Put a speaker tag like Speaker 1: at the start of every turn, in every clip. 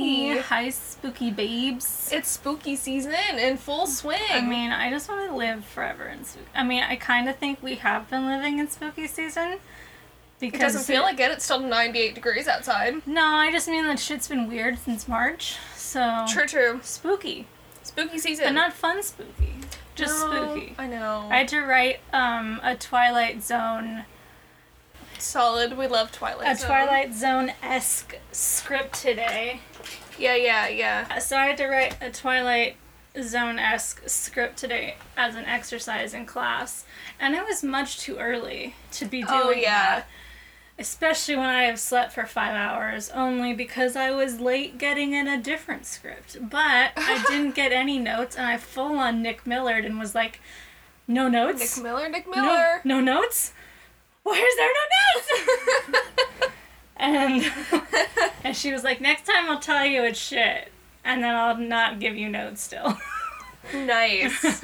Speaker 1: Hi, spooky babes.
Speaker 2: It's spooky season in full swing.
Speaker 1: I mean, I just want to live forever in spooky. I mean, I kind of think we have been living in spooky season.
Speaker 2: it doesn't feel like it. It's still 98 degrees outside.
Speaker 1: No, I just mean that shit's been weird since March. So
Speaker 2: True, true.
Speaker 1: spooky,
Speaker 2: Spooky season.
Speaker 1: but not fun spooky. Just
Speaker 2: No,
Speaker 1: spooky.
Speaker 2: I know.
Speaker 1: I had to write um, a Twilight Zone,
Speaker 2: Solid. We love Twilight.
Speaker 1: a
Speaker 2: Zone.
Speaker 1: Twilight Zone esque script today.
Speaker 2: Yeah, yeah, yeah.
Speaker 1: So I had to write a Twilight Zone esque script today as an exercise in class, and it was much too early to be doing
Speaker 2: Oh, yeah.
Speaker 1: that. Especially when I have slept for five hours, only because I was late getting in a different script. But I didn't get any notes, and I full on Nick Millard and was like, "No notes,
Speaker 2: Nick Miller. Nick
Speaker 1: No-
Speaker 2: Miller.
Speaker 1: no notes. Why is there no notes?" And and she was like, "Next time I'll tell you it's shit, and then I'll not give you notes still."
Speaker 2: nice.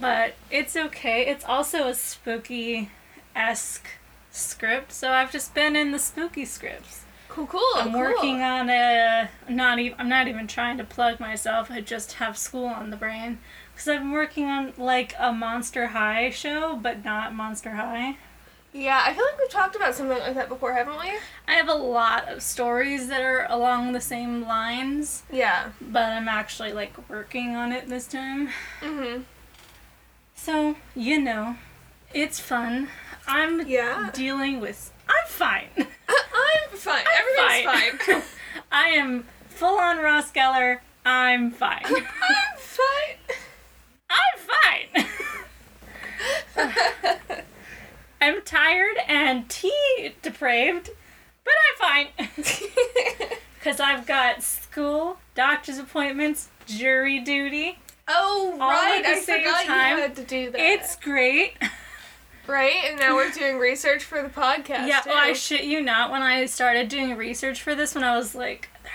Speaker 1: but it's okay. It's also a spooky esque script, so I've just been in the spooky scripts.
Speaker 2: Cool, cool.
Speaker 1: I'm
Speaker 2: Oh, cool.
Speaker 1: working on a not even. I'm not even trying to plug myself. I just have school on the brain because I've been working on like a Monster High show, but not Monster High.
Speaker 2: Yeah, I feel like we've talked about something like that before, haven't we?
Speaker 1: I have a lot of stories that are along the same lines.
Speaker 2: Yeah.
Speaker 1: but I'm actually like working on it this time.
Speaker 2: Mhm.
Speaker 1: So, you know, it's fun. I'm
Speaker 2: Yeah.
Speaker 1: dealing with I'm fine.
Speaker 2: I'm fine. Everything's fine.
Speaker 1: I am full on Ross Geller. I'm fine.
Speaker 2: I'm fine.
Speaker 1: I'm fine. I'm tired and tea depraved, but I'm fine. Cuz I've got school, doctor's appointments, jury duty.
Speaker 2: oh
Speaker 1: All
Speaker 2: right,
Speaker 1: at the
Speaker 2: I
Speaker 1: same
Speaker 2: forgot
Speaker 1: time.
Speaker 2: you had to do that.
Speaker 1: It's great.
Speaker 2: right, and now we're doing research for the podcast.
Speaker 1: Yeah,
Speaker 2: too.
Speaker 1: well, I shit you not. When I started doing research for this, when I was like, they're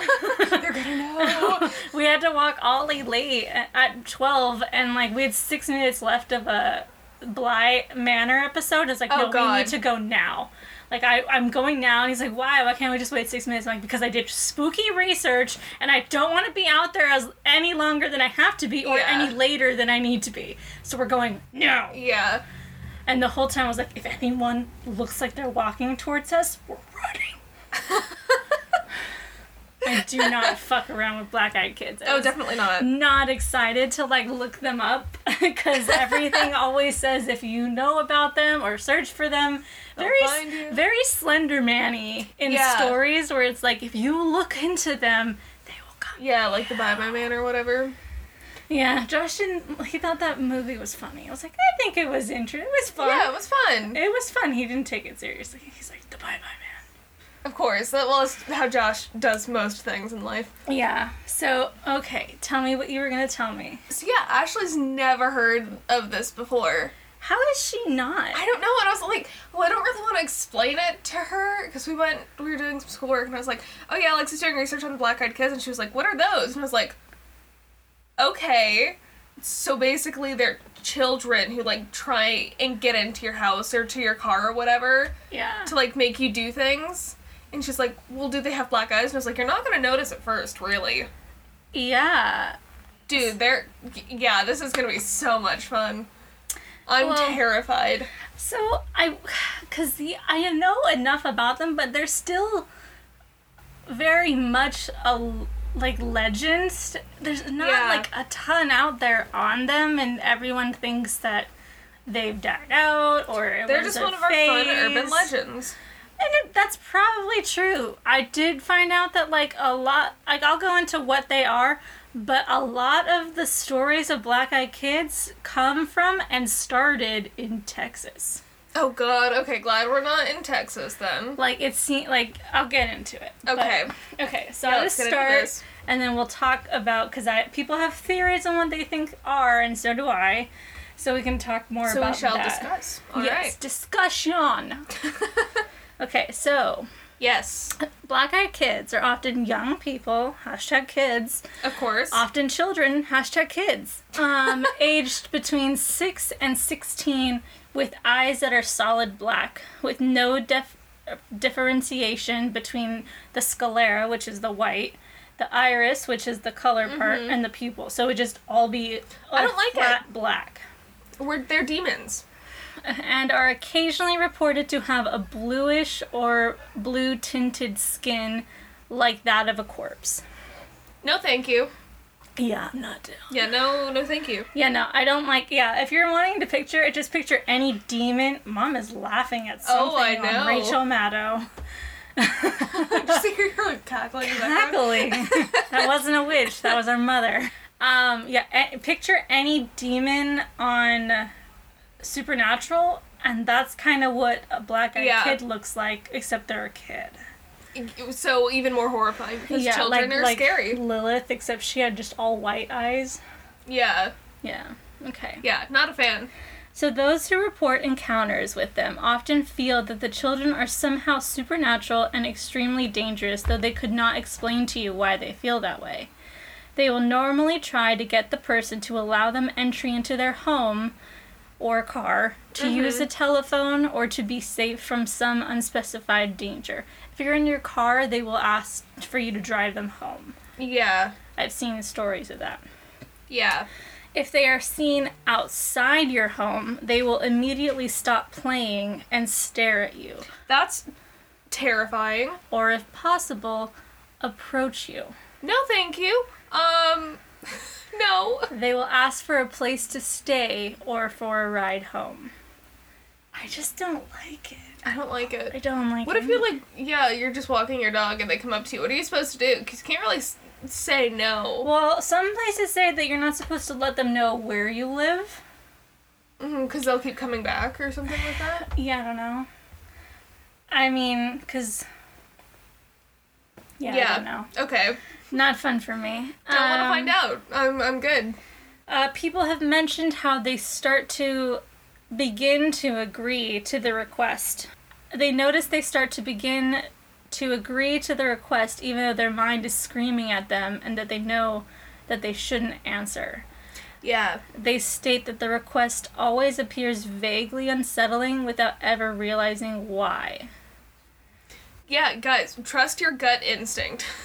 Speaker 1: gonna find
Speaker 2: They're gonna know.
Speaker 1: me. we had to walk all the way late at- at 12, and like we had six minutes left of a Bly Manor episode. It's like,
Speaker 2: Oh,
Speaker 1: no, we
Speaker 2: God.
Speaker 1: need to go now. Like, I, I'm going now. And he's like, why? Why can't we just wait six minutes? I'm like, because I did spooky research, and I don't want to be out there as any longer than I have to be, or
Speaker 2: Yeah.
Speaker 1: any later than I need to be. So we're going now.
Speaker 2: yeah.
Speaker 1: And the whole time I was like, if anyone looks like they're walking towards us, we're running. I do not fuck around with black eyed kids. I
Speaker 2: Oh,
Speaker 1: was
Speaker 2: definitely not.
Speaker 1: Not excited to like look them up because everything always says if you know about them or search for them. Very, s-
Speaker 2: find you.
Speaker 1: very slender manny in
Speaker 2: Yeah.
Speaker 1: stories where it's like if you look into them, they will come.
Speaker 2: Yeah, like the Bye Bye Man or whatever.
Speaker 1: Yeah, Josh didn't. He thought that movie was funny. I was like, I think it was interesting. It was fun.
Speaker 2: Yeah, it was fun.
Speaker 1: It was fun. He didn't take it seriously. He's like the bye bye
Speaker 2: Of course. That well, it's how Josh does most things in life.
Speaker 1: man. Yeah. So okay, tell me what you were gonna tell me.
Speaker 2: So yeah, Ashley's never heard of this before.
Speaker 1: How is she not?
Speaker 2: I don't know, and I was like, well, I don't really want to explain it to her because we went, we were doing some schoolwork, and I was like, oh yeah, Alex is doing research on the Black Eyed Kids, and she was like, what are those? And I was like, okay, so basically they're children who like try and get into your house or to your car or whatever
Speaker 1: Yeah.
Speaker 2: to like make you do things. And she's like, well, do they have black eyes? And I was like, you're not gonna notice at first, really.
Speaker 1: Yeah.
Speaker 2: Dude, they're, yeah, this is gonna be so much fun. I'm
Speaker 1: Well-
Speaker 2: terrified.
Speaker 1: So I, cause the I know enough about them, but they're still very much a like legend. St- There's not
Speaker 2: Yeah.
Speaker 1: like a ton out there on them, and everyone thinks that they've died out or it
Speaker 2: They're
Speaker 1: was
Speaker 2: just
Speaker 1: a
Speaker 2: one of our fun urban
Speaker 1: phase.
Speaker 2: legends.
Speaker 1: And it, that's probably true. I did find out that like a lot like I'll go into what they are, but a lot of the stories of black eyed kids come from and started in Texas.
Speaker 2: Oh god, okay, glad we're not in Texas then.
Speaker 1: Like it seems like I'll get into it. but-
Speaker 2: Okay.
Speaker 1: okay, so
Speaker 2: Yeah,
Speaker 1: I'll
Speaker 2: let's
Speaker 1: just
Speaker 2: get into
Speaker 1: start
Speaker 2: this.
Speaker 1: and then we'll talk about cuz I people have theories on what they think are and so do I. So we can talk more
Speaker 2: So we
Speaker 1: about
Speaker 2: shall
Speaker 1: that.
Speaker 2: discuss. Alright.
Speaker 1: yes, discussion. okay, so
Speaker 2: Yes.
Speaker 1: Black eyed kids are often young people, hashtag kids,
Speaker 2: Of course.
Speaker 1: often children, hashtag kids, um, aged between 6 and 16 with eyes that are solid black, with no def- differentiation between the sclera, which is the white, the iris, which is the color part,
Speaker 2: Mhm.
Speaker 1: and the pupil. So it would just all be
Speaker 2: I
Speaker 1: a
Speaker 2: don't like
Speaker 1: flat black.
Speaker 2: We're, they're demons.
Speaker 1: And are occasionally reported to have a bluish or blue tinted skin like that of a corpse.
Speaker 2: No, thank you.
Speaker 1: Yeah, I'm not down.
Speaker 2: Yeah, no, no, thank you.
Speaker 1: Yeah, no, I don't like. Yeah, if you're wanting to picture it, just picture any demon. Mom is laughing at something
Speaker 2: Oh, I
Speaker 1: on
Speaker 2: know.
Speaker 1: Rachel Maddow.
Speaker 2: Just like you're like cackling. in the background.
Speaker 1: Cackling. that wasn't a witch. That was our mother. Um, yeah, a- picture any demon on Supernatural, and that's kind of what a black-eyed
Speaker 2: Yeah.
Speaker 1: kid looks like, except they're a kid.
Speaker 2: So even more horrifying because children
Speaker 1: like,
Speaker 2: are
Speaker 1: like
Speaker 2: scary.
Speaker 1: Lilith, except she had just all white eyes.
Speaker 2: Yeah,
Speaker 1: Yeah. Okay.
Speaker 2: yeah, not a fan.
Speaker 1: So those who report encounters with them often feel that the children are somehow supernatural and extremely dangerous, though they could not explain to you why they feel that way. They will normally try to get the person to allow them entry into their home or car, to
Speaker 2: Mhm.
Speaker 1: use a telephone, or to be safe from some unspecified danger. If you're in your car, they will ask for you to drive them home.
Speaker 2: Yeah,
Speaker 1: I've seen stories of that.
Speaker 2: yeah.
Speaker 1: If they are seen outside your home, they will immediately stop playing and stare at you,
Speaker 2: That's terrifying.
Speaker 1: or if possible, approach you.
Speaker 2: No, thank you. Um, no.
Speaker 1: They will ask for a place to stay or for a ride home. I just don't like it.
Speaker 2: I don't like
Speaker 1: I
Speaker 2: it.
Speaker 1: don't like
Speaker 2: What
Speaker 1: it.
Speaker 2: if you're like, yeah, you're just walking your dog and they come up to you? What are you supposed to do? Because you can't really s- say no.
Speaker 1: Well, some places say that you're not supposed to let them know where you live.
Speaker 2: Because Mm-hmm, they'll keep coming back or something like that.
Speaker 1: Yeah, I don't know. I mean, because. Yeah, I
Speaker 2: Yeah.
Speaker 1: don't know.
Speaker 2: Okay.
Speaker 1: Not fun for me.
Speaker 2: Don't want to
Speaker 1: Um,
Speaker 2: find out. I'm, I'm good.
Speaker 1: Uh, people have mentioned how they start to begin to agree to the request. They notice they start to begin to agree to the request, even though their mind is screaming at them and that they know that they shouldn't answer.
Speaker 2: Yeah.
Speaker 1: They state that the request always appears vaguely unsettling without ever realizing why.
Speaker 2: Yeah, guys, trust your gut instinct.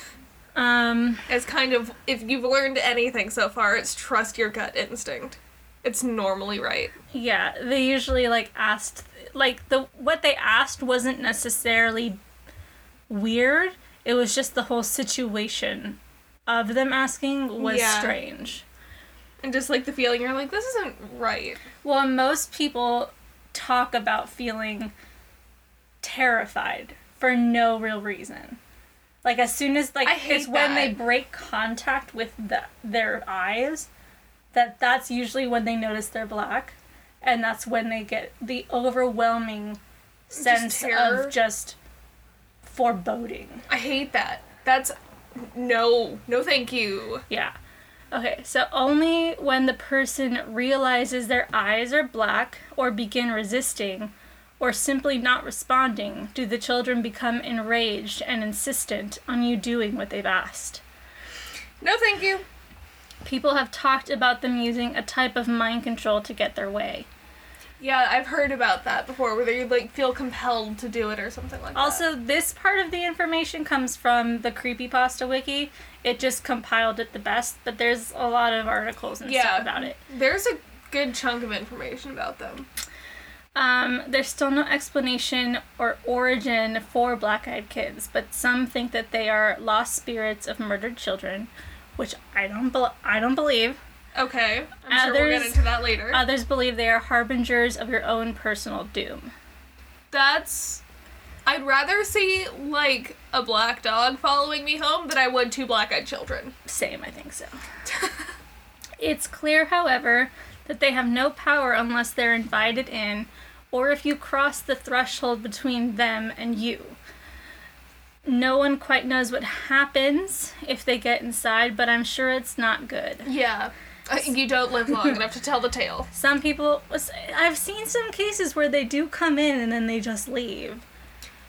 Speaker 1: Um,
Speaker 2: It's kind of, if you've learned anything so far, it's trust your gut instinct. It's normally right.
Speaker 1: Yeah, they usually like asked like the what they asked wasn't necessarily weird. It was just the whole situation of them asking was
Speaker 2: Yeah.
Speaker 1: strange.
Speaker 2: And just like the feeling, you're like, this isn't right.
Speaker 1: Well, most people talk about feeling terrified for no real reason. Like as soon as like
Speaker 2: I hate
Speaker 1: it's when they
Speaker 2: that.
Speaker 1: break contact with the, their eyes that that's usually when they notice they're black and that's when they get the overwhelming sense
Speaker 2: terror.
Speaker 1: of just foreboding.
Speaker 2: I hate that. That's no, no, thank you.
Speaker 1: Yeah. Okay, so only when the person realizes their eyes are black or begin resisting or simply not responding do the children become enraged and insistent on you doing what they've asked.
Speaker 2: No, thank you.
Speaker 1: People have talked about them using a type of mind control to get their way.
Speaker 2: Yeah, I've heard about that before, where they like feel compelled to do it or something like that.
Speaker 1: Also, this part of the information comes from the Creepypasta Wiki. It just compiled it the best, but there's a lot of articles and
Speaker 2: Yeah.
Speaker 1: stuff about it.
Speaker 2: there's a good chunk of information about them.
Speaker 1: Um, there's still no explanation or origin for black eyed kids, but some think that they are lost spirits of murdered children, which I don't bel I don't believe.
Speaker 2: Okay, I'm sure we'll get
Speaker 1: Others-
Speaker 2: into that later.
Speaker 1: Others believe they are harbingers of your own personal doom.
Speaker 2: That's. I'd rather see like a black dog following me home than I would two black-eyed children.
Speaker 1: Same, I think so. it's clear, however, that they have no power unless they're invited in or if you cross the threshold between them and you. No one quite knows what happens if they get inside, but I'm sure it's not good.
Speaker 2: Yeah, Uh, you don't live long enough to tell the tale.
Speaker 1: Some people, I've seen some cases where they do come in and then they just leave.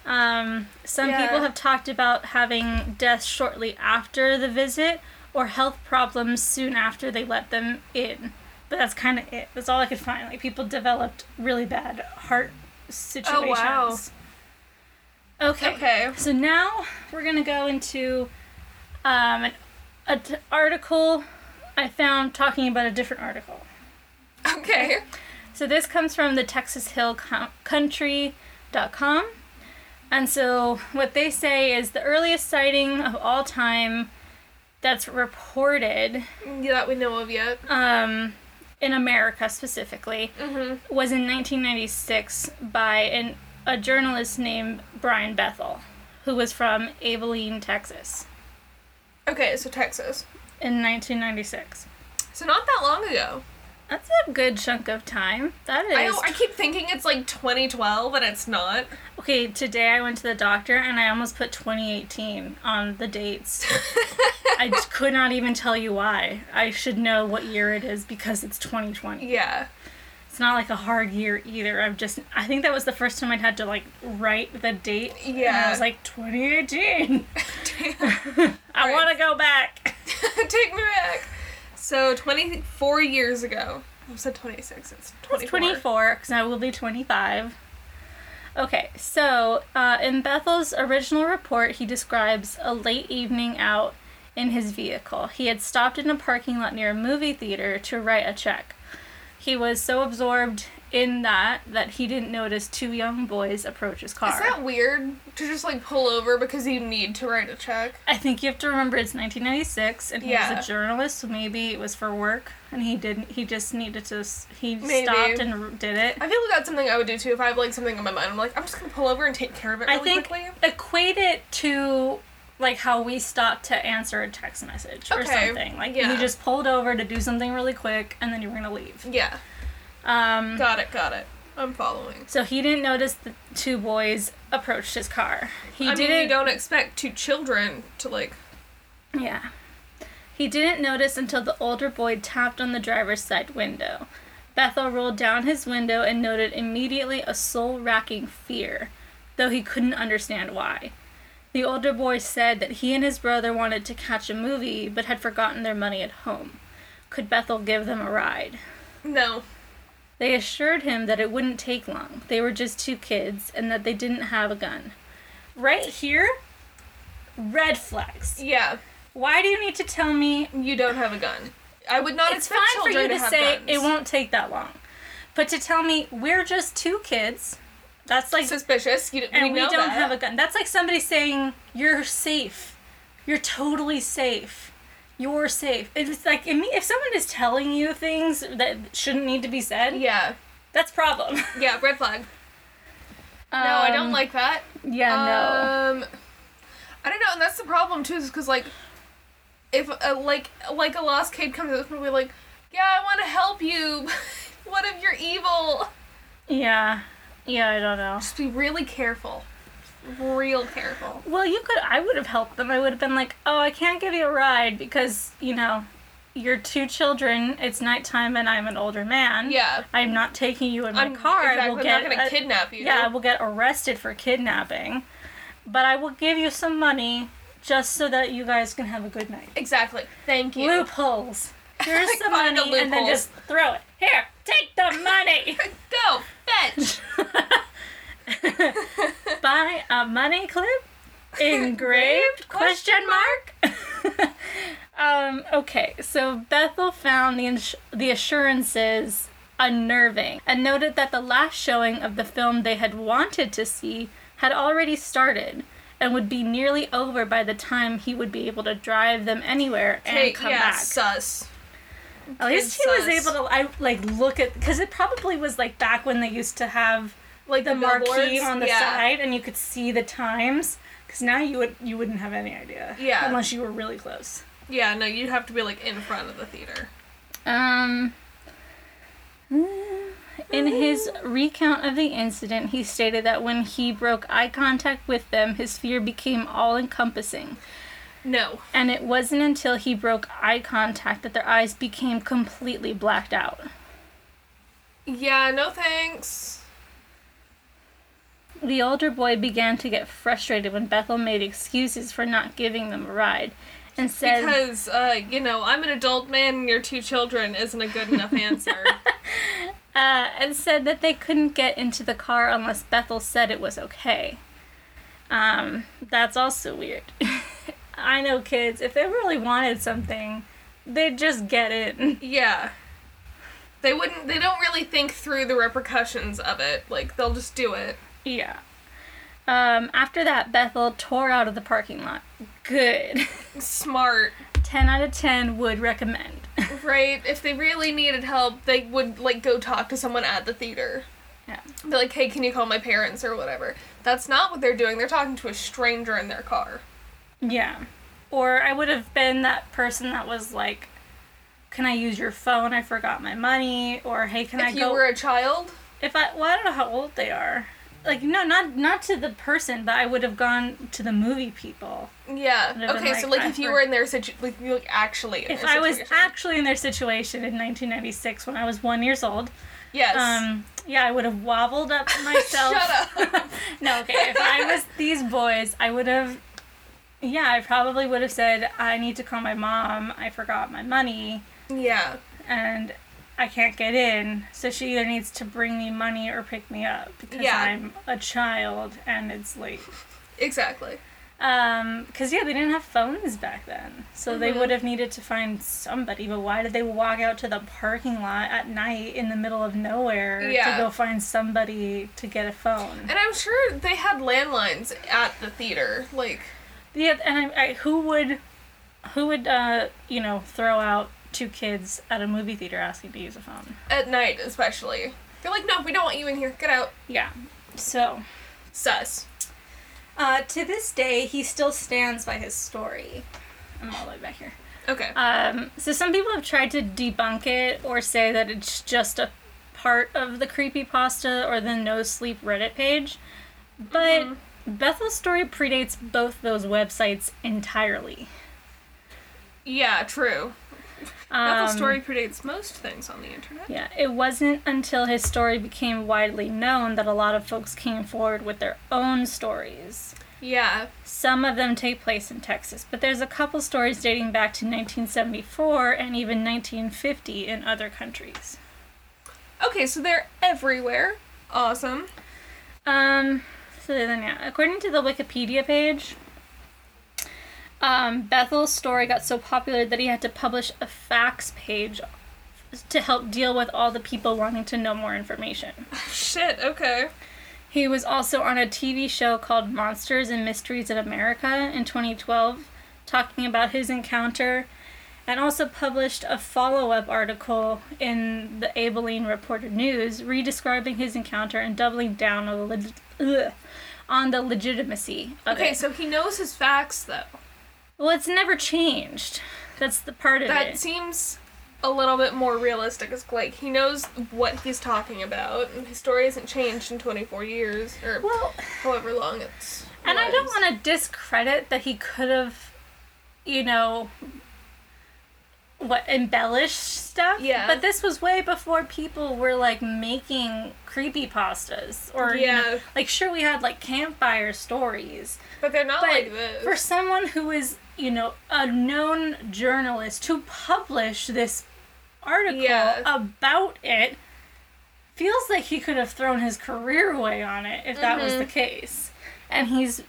Speaker 1: Um, some
Speaker 2: Yeah.
Speaker 1: people have talked about having death shortly after the visit or health problems soon after they let them in. But that's kind of it. That's all I could find. Like people developed really bad heart situations. Okay.
Speaker 2: Oh, Okay.
Speaker 1: So now we're gonna go into um, an a t- article I found talking about a different article.
Speaker 2: Okay.
Speaker 1: So this comes from the Texas Hill Co- Country.com. And so what they say is the earliest sighting of all time that's reported
Speaker 2: Yeah, that we know of yet.
Speaker 1: um, in America specifically was in 1996 by an, a journalist named Brian Bethel, who was from Abilene, Texas,
Speaker 2: Okay, so Texas.
Speaker 1: in 1996.
Speaker 2: So not that long ago.
Speaker 1: That's a good chunk of time. That is.
Speaker 2: I, I keep thinking it's like 2012 and it's not.
Speaker 1: Okay, today I went to the doctor and I almost put 2018 on the dates. I just could not even tell you why. I should know what year it is because it's 2020.
Speaker 2: yeah.
Speaker 1: It's not like a hard year either. I've just I think that was the first time I'd had to like write the date. And I
Speaker 2: Yeah.
Speaker 1: was like 2018.
Speaker 2: Take
Speaker 1: I
Speaker 2: Right.
Speaker 1: want to go back.
Speaker 2: me back. So 24 years ago. I said 26. It's 24.
Speaker 1: 24 because I will be 25. Okay, so uh, in Bethel's original report, he describes a late evening out in his vehicle. He had stopped in a parking lot near a movie theater to write a check. He was so absorbed in that that he didn't notice two young boys approach his car.
Speaker 2: Is that weird to just like pull over because you need to write a check?
Speaker 1: I think you have to remember it's 1996, and he
Speaker 2: Yeah.
Speaker 1: was a journalist, so maybe it was for work, and he didn't. He just needed to. s- He
Speaker 2: Maybe.
Speaker 1: stopped and r- did it.
Speaker 2: I feel like that's something I would do too if I have like something on my mind. I'm like, I'm just gonna pull over and take care of it
Speaker 1: I
Speaker 2: really
Speaker 1: think
Speaker 2: quickly.
Speaker 1: equate it to like how we stopped to answer a text message or
Speaker 2: Okay,
Speaker 1: something. Like
Speaker 2: yeah.
Speaker 1: you just pulled over to do something really quick, and then you were gonna leave.
Speaker 2: Yeah.
Speaker 1: Um,
Speaker 2: Got it, got it. I'm following.
Speaker 1: so he didn't notice the two boys approached his car. He
Speaker 2: I mean,
Speaker 1: didn't.
Speaker 2: you don't expect two children to like.
Speaker 1: Yeah. He didn't notice until the older boy tapped on the driver's side window. Bethel rolled down his window and noted immediately a soul racking fear, though he couldn't understand why. The older boy said that he and his brother wanted to catch a movie but had forgotten their money at home. Could Bethel give them a ride?
Speaker 2: No.
Speaker 1: They assured him that it wouldn't take long. They were just two kids and that they didn't have a gun. Right here, red flags.
Speaker 2: Yeah.
Speaker 1: Why do you need to tell me
Speaker 2: You don't have a gun. I would not
Speaker 1: it's
Speaker 2: expect
Speaker 1: fine for
Speaker 2: children
Speaker 1: you to,
Speaker 2: have
Speaker 1: say
Speaker 2: guns.
Speaker 1: it won't take that long, but to tell me we're just two kids, that's like,
Speaker 2: suspicious. You,
Speaker 1: and we,
Speaker 2: know
Speaker 1: don't
Speaker 2: that.
Speaker 1: have a gun. That's like somebody saying you're safe, you're totally safe, you're safe. It's like I mean, if someone is telling you things that shouldn't need to be said,
Speaker 2: Yeah.
Speaker 1: that's problem.
Speaker 2: Yeah. Red flag. No, I don't
Speaker 1: Um,
Speaker 2: like that.
Speaker 1: Yeah, no.
Speaker 2: Um, I don't know, and that's the problem too, is because like, if uh, like like a lost kid comes up and we're like, yeah, I want to help you. what if you're evil?
Speaker 1: Yeah, yeah, I don't know.
Speaker 2: Just be really careful, real careful.
Speaker 1: Well, you could. I would have helped them. I would have been like, "Oh, I can't give you a ride because you know, you're two children. It's nighttime, and I'm an older man.
Speaker 2: Yeah.
Speaker 1: I'm not taking you in my
Speaker 2: I'm
Speaker 1: car. I
Speaker 2: exactly
Speaker 1: will
Speaker 2: not
Speaker 1: get
Speaker 2: gonna
Speaker 1: uh,
Speaker 2: kidnap you.
Speaker 1: yeah, I will get arrested for kidnapping, but I will give you some money just so that you guys can have a good night.
Speaker 2: exactly. Thank you.
Speaker 1: Loopholes. Here's some
Speaker 2: Find a
Speaker 1: money, and then
Speaker 2: loophole.
Speaker 1: just throw it. Here, take the money.
Speaker 2: Go fetch.
Speaker 1: Buy a money clip engraved question mark um okay so bethel found the ins- the assurances unnerving and noted that the last showing of the film they had wanted to see had already started and would be nearly over by the time he would be able to drive them anywhere and
Speaker 2: Hey,
Speaker 1: come
Speaker 2: yeah,
Speaker 1: back
Speaker 2: sus.
Speaker 1: at least he was
Speaker 2: sus.
Speaker 1: able to i like look at because it probably was like back when they used to have
Speaker 2: Like
Speaker 1: the marquee
Speaker 2: billboards,
Speaker 1: on the
Speaker 2: yeah.
Speaker 1: side and you could see the times because now you would you wouldn't have any idea
Speaker 2: Yeah.
Speaker 1: unless you were really close
Speaker 2: Yeah, no, you'd have to be like in front of the theater.
Speaker 1: um Mm, in his recount of the incident he stated that when he broke eye contact with them his fear became all encompassing
Speaker 2: No.
Speaker 1: and it wasn't until he broke eye contact that their eyes became completely blacked out
Speaker 2: Yeah, no thanks.
Speaker 1: The older boy began to get frustrated when Bethel made excuses for not giving them a ride and said,
Speaker 2: Because, uh, you know, I'm an adult man and your two children isn't a good enough answer.
Speaker 1: uh, and said that they couldn't get into the car unless Bethel said it was okay. Um, that's also weird. I know kids, if they really wanted something, they'd just get it.
Speaker 2: Yeah. They wouldn't they don't really think through the repercussions of it. Like they'll just do it.
Speaker 1: Yeah. Um, after that, Bethel tore out of the parking lot. Good.
Speaker 2: Smart,
Speaker 1: 10 out of 10 would recommend.
Speaker 2: right? If they really needed help, they would like go talk to someone at the theater.
Speaker 1: Yeah.
Speaker 2: Be like, "Hey, can you call my parents or whatever?" That's not what they're doing. They're talking to a stranger in their car.
Speaker 1: Yeah. Or I would have been that person that was like, can I use your phone? I forgot my money. Or hey, can I
Speaker 2: if you
Speaker 1: go?
Speaker 2: were a child,
Speaker 1: if I well, I don't know how old they are. Like no, not not to the person, but I would have gone to the movie people. Would've
Speaker 2: yeah.
Speaker 1: been
Speaker 2: Okay, so
Speaker 1: like,
Speaker 2: like
Speaker 1: I
Speaker 2: if you
Speaker 1: for-
Speaker 2: were in their situation, like you like, actually in
Speaker 1: If
Speaker 2: their
Speaker 1: I was
Speaker 2: situation.
Speaker 1: actually in their situation in 1996 when I was one years old,
Speaker 2: yes.
Speaker 1: um, yeah, I would have wobbled up myself.
Speaker 2: Shut up.
Speaker 1: no, okay. If I was these boys, I would have. Yeah, I probably would have said, "I need to call my mom. I forgot my money."
Speaker 2: yeah.
Speaker 1: and I can't get in, so she either needs to bring me money or pick me up because
Speaker 2: Yeah.
Speaker 1: I'm a child and it's late.
Speaker 2: Exactly.
Speaker 1: Um, because yeah, they didn't have phones back then, so they
Speaker 2: Mhm.
Speaker 1: would have needed to find somebody. But why did they walk out to the parking lot at night in the middle of nowhere
Speaker 2: Yeah.
Speaker 1: to go find somebody to get a phone?
Speaker 2: And I'm sure they had landlines at the theater. Like,
Speaker 1: Yeah, and I, I, who would, who would uh, you know, throw out two kids at a movie theater asking to use a phone?
Speaker 2: at night especially. They're like, no, we don't want you in here. Get out.
Speaker 1: Yeah, so.
Speaker 2: Sus.
Speaker 1: Uh, to this day, he still stands by his story. I'm all the way back here.
Speaker 2: Okay.
Speaker 1: Um, so some people have tried to debunk it or say that it's just a part of the creepypasta or the No Sleep Reddit page. But
Speaker 2: Mm-hmm.
Speaker 1: Bethel's story predates both those websites entirely.
Speaker 2: yeah, true.
Speaker 1: Um,
Speaker 2: Bethel's story predates most things on the internet.
Speaker 1: Yeah, it wasn't until his story became widely known that a lot of folks came forward with their own stories.
Speaker 2: Yeah.
Speaker 1: Some of them take place in Texas, but there's a couple stories dating back to 1974 and even 1950 in other countries.
Speaker 2: Okay, so they're everywhere. Awesome.
Speaker 1: Um, so then, yeah, according to the Wikipedia page, um, Bethel's story got so popular that he had to publish a fax page to help deal with all the people wanting to know more information.
Speaker 2: Shit, okay.
Speaker 1: He was also on a TV show called Monsters and Mysteries in America in 2012, talking about his encounter, and also published a follow up article in the Abilene Reporter News, re describing his encounter and doubling down on the, leg- ugh, on the legitimacy of
Speaker 2: Okay,
Speaker 1: it.
Speaker 2: so he knows his facts, though.
Speaker 1: Well, it's never changed. That's the part of
Speaker 2: That
Speaker 1: it.
Speaker 2: seems a little bit more realistic. It's like he knows what he's talking about, and his story hasn't changed in 24 years, or
Speaker 1: Well,
Speaker 2: however long it's.
Speaker 1: And I don't
Speaker 2: was.
Speaker 1: want to discredit that he could have, you know, what embellished stuff.
Speaker 2: Yeah.
Speaker 1: But this was way before people were like making creepy pastas or you know,
Speaker 2: Yeah.
Speaker 1: like sure we had like campfire stories,
Speaker 2: But they're not
Speaker 1: but
Speaker 2: like this.
Speaker 1: for someone who is you know a known journalist to publish this article
Speaker 2: Yeah.
Speaker 1: about it feels like he could have thrown his career away on it if that was the
Speaker 2: Mm-hmm.
Speaker 1: case and he's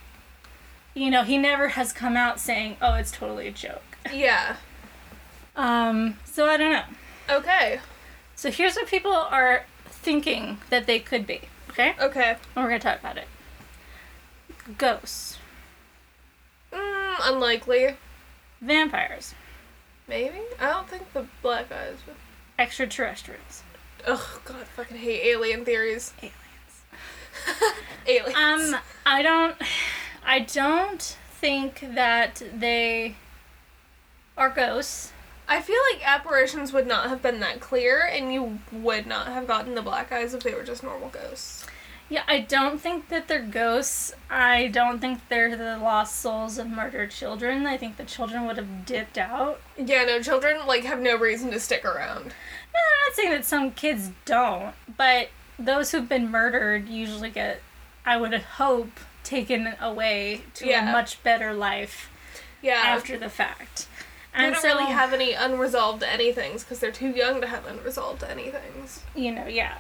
Speaker 1: you know he never has come out saying oh it's totally a joke
Speaker 2: yeah.
Speaker 1: um so i don't know
Speaker 2: Okay.
Speaker 1: so here's what people are thinking that they could be okay
Speaker 2: Okay.
Speaker 1: and we're gonna talk about it ghosts
Speaker 2: Mm, unlikely.
Speaker 1: vampires
Speaker 2: Maybe. I don't think the black eyes. Would...
Speaker 1: extraterrestrials
Speaker 2: Ugh, God, fucking hate alien theories.
Speaker 1: aliens
Speaker 2: Aliens.
Speaker 1: Um, I don't, I don't think that they are ghosts.
Speaker 2: I feel like apparitions would not have been that clear, and you would not have gotten the black eyes if they were just normal ghosts.
Speaker 1: Yeah, I don't think that they're ghosts. I don't think they're the lost souls of murdered children. I think the children would have dipped out.
Speaker 2: Yeah, no, children like have no reason to stick around.
Speaker 1: No, I'm not saying that some kids don't, but those who've been murdered usually get, I would hope, taken away to
Speaker 2: Yeah.
Speaker 1: a much better life
Speaker 2: Yeah,
Speaker 1: after the fact.
Speaker 2: they
Speaker 1: And
Speaker 2: don't
Speaker 1: so,
Speaker 2: really have any unresolved anythings because they're too young to have unresolved anythings.
Speaker 1: you know, yeah.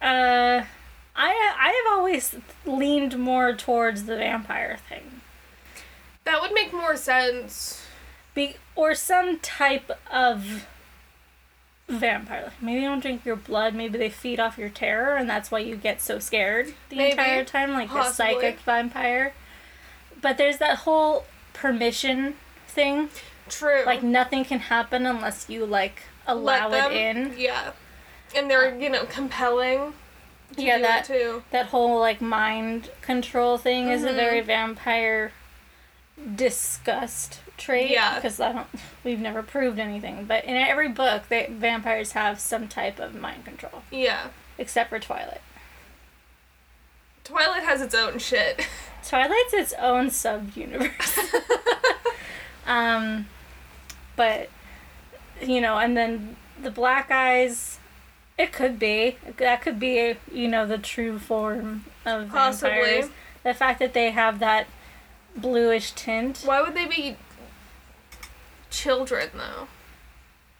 Speaker 1: Uh, I I've always leaned more towards the vampire thing,
Speaker 2: That would make more sense.
Speaker 1: Be, or some type of vampire. Like maybe they don't drink your blood. Maybe they feed off your terror, and that's why you get so scared the
Speaker 2: Maybe.
Speaker 1: entire time, like the
Speaker 2: Possibly.
Speaker 1: psychic vampire. But there's that whole permission thing.
Speaker 2: True.
Speaker 1: Like nothing can happen unless you like allow it in.
Speaker 2: Yeah. And they're, you know, compelling. To
Speaker 1: Yeah,
Speaker 2: do
Speaker 1: that-
Speaker 2: it too.
Speaker 1: that whole like mind control thing is a
Speaker 2: Mhm.
Speaker 1: very vampire disgust trait
Speaker 2: Yeah.
Speaker 1: because I don't we've never proved anything but in every book they vampires have some type of mind control
Speaker 2: Yeah.
Speaker 1: except for Twilight
Speaker 2: Twilight has its own shit.
Speaker 1: Twilight's its own sub universe um but you know and then the black eyes it could be that could be you know the true form of
Speaker 2: Possibly.
Speaker 1: vampires. the fact that they have that bluish tint
Speaker 2: Why would they be children though?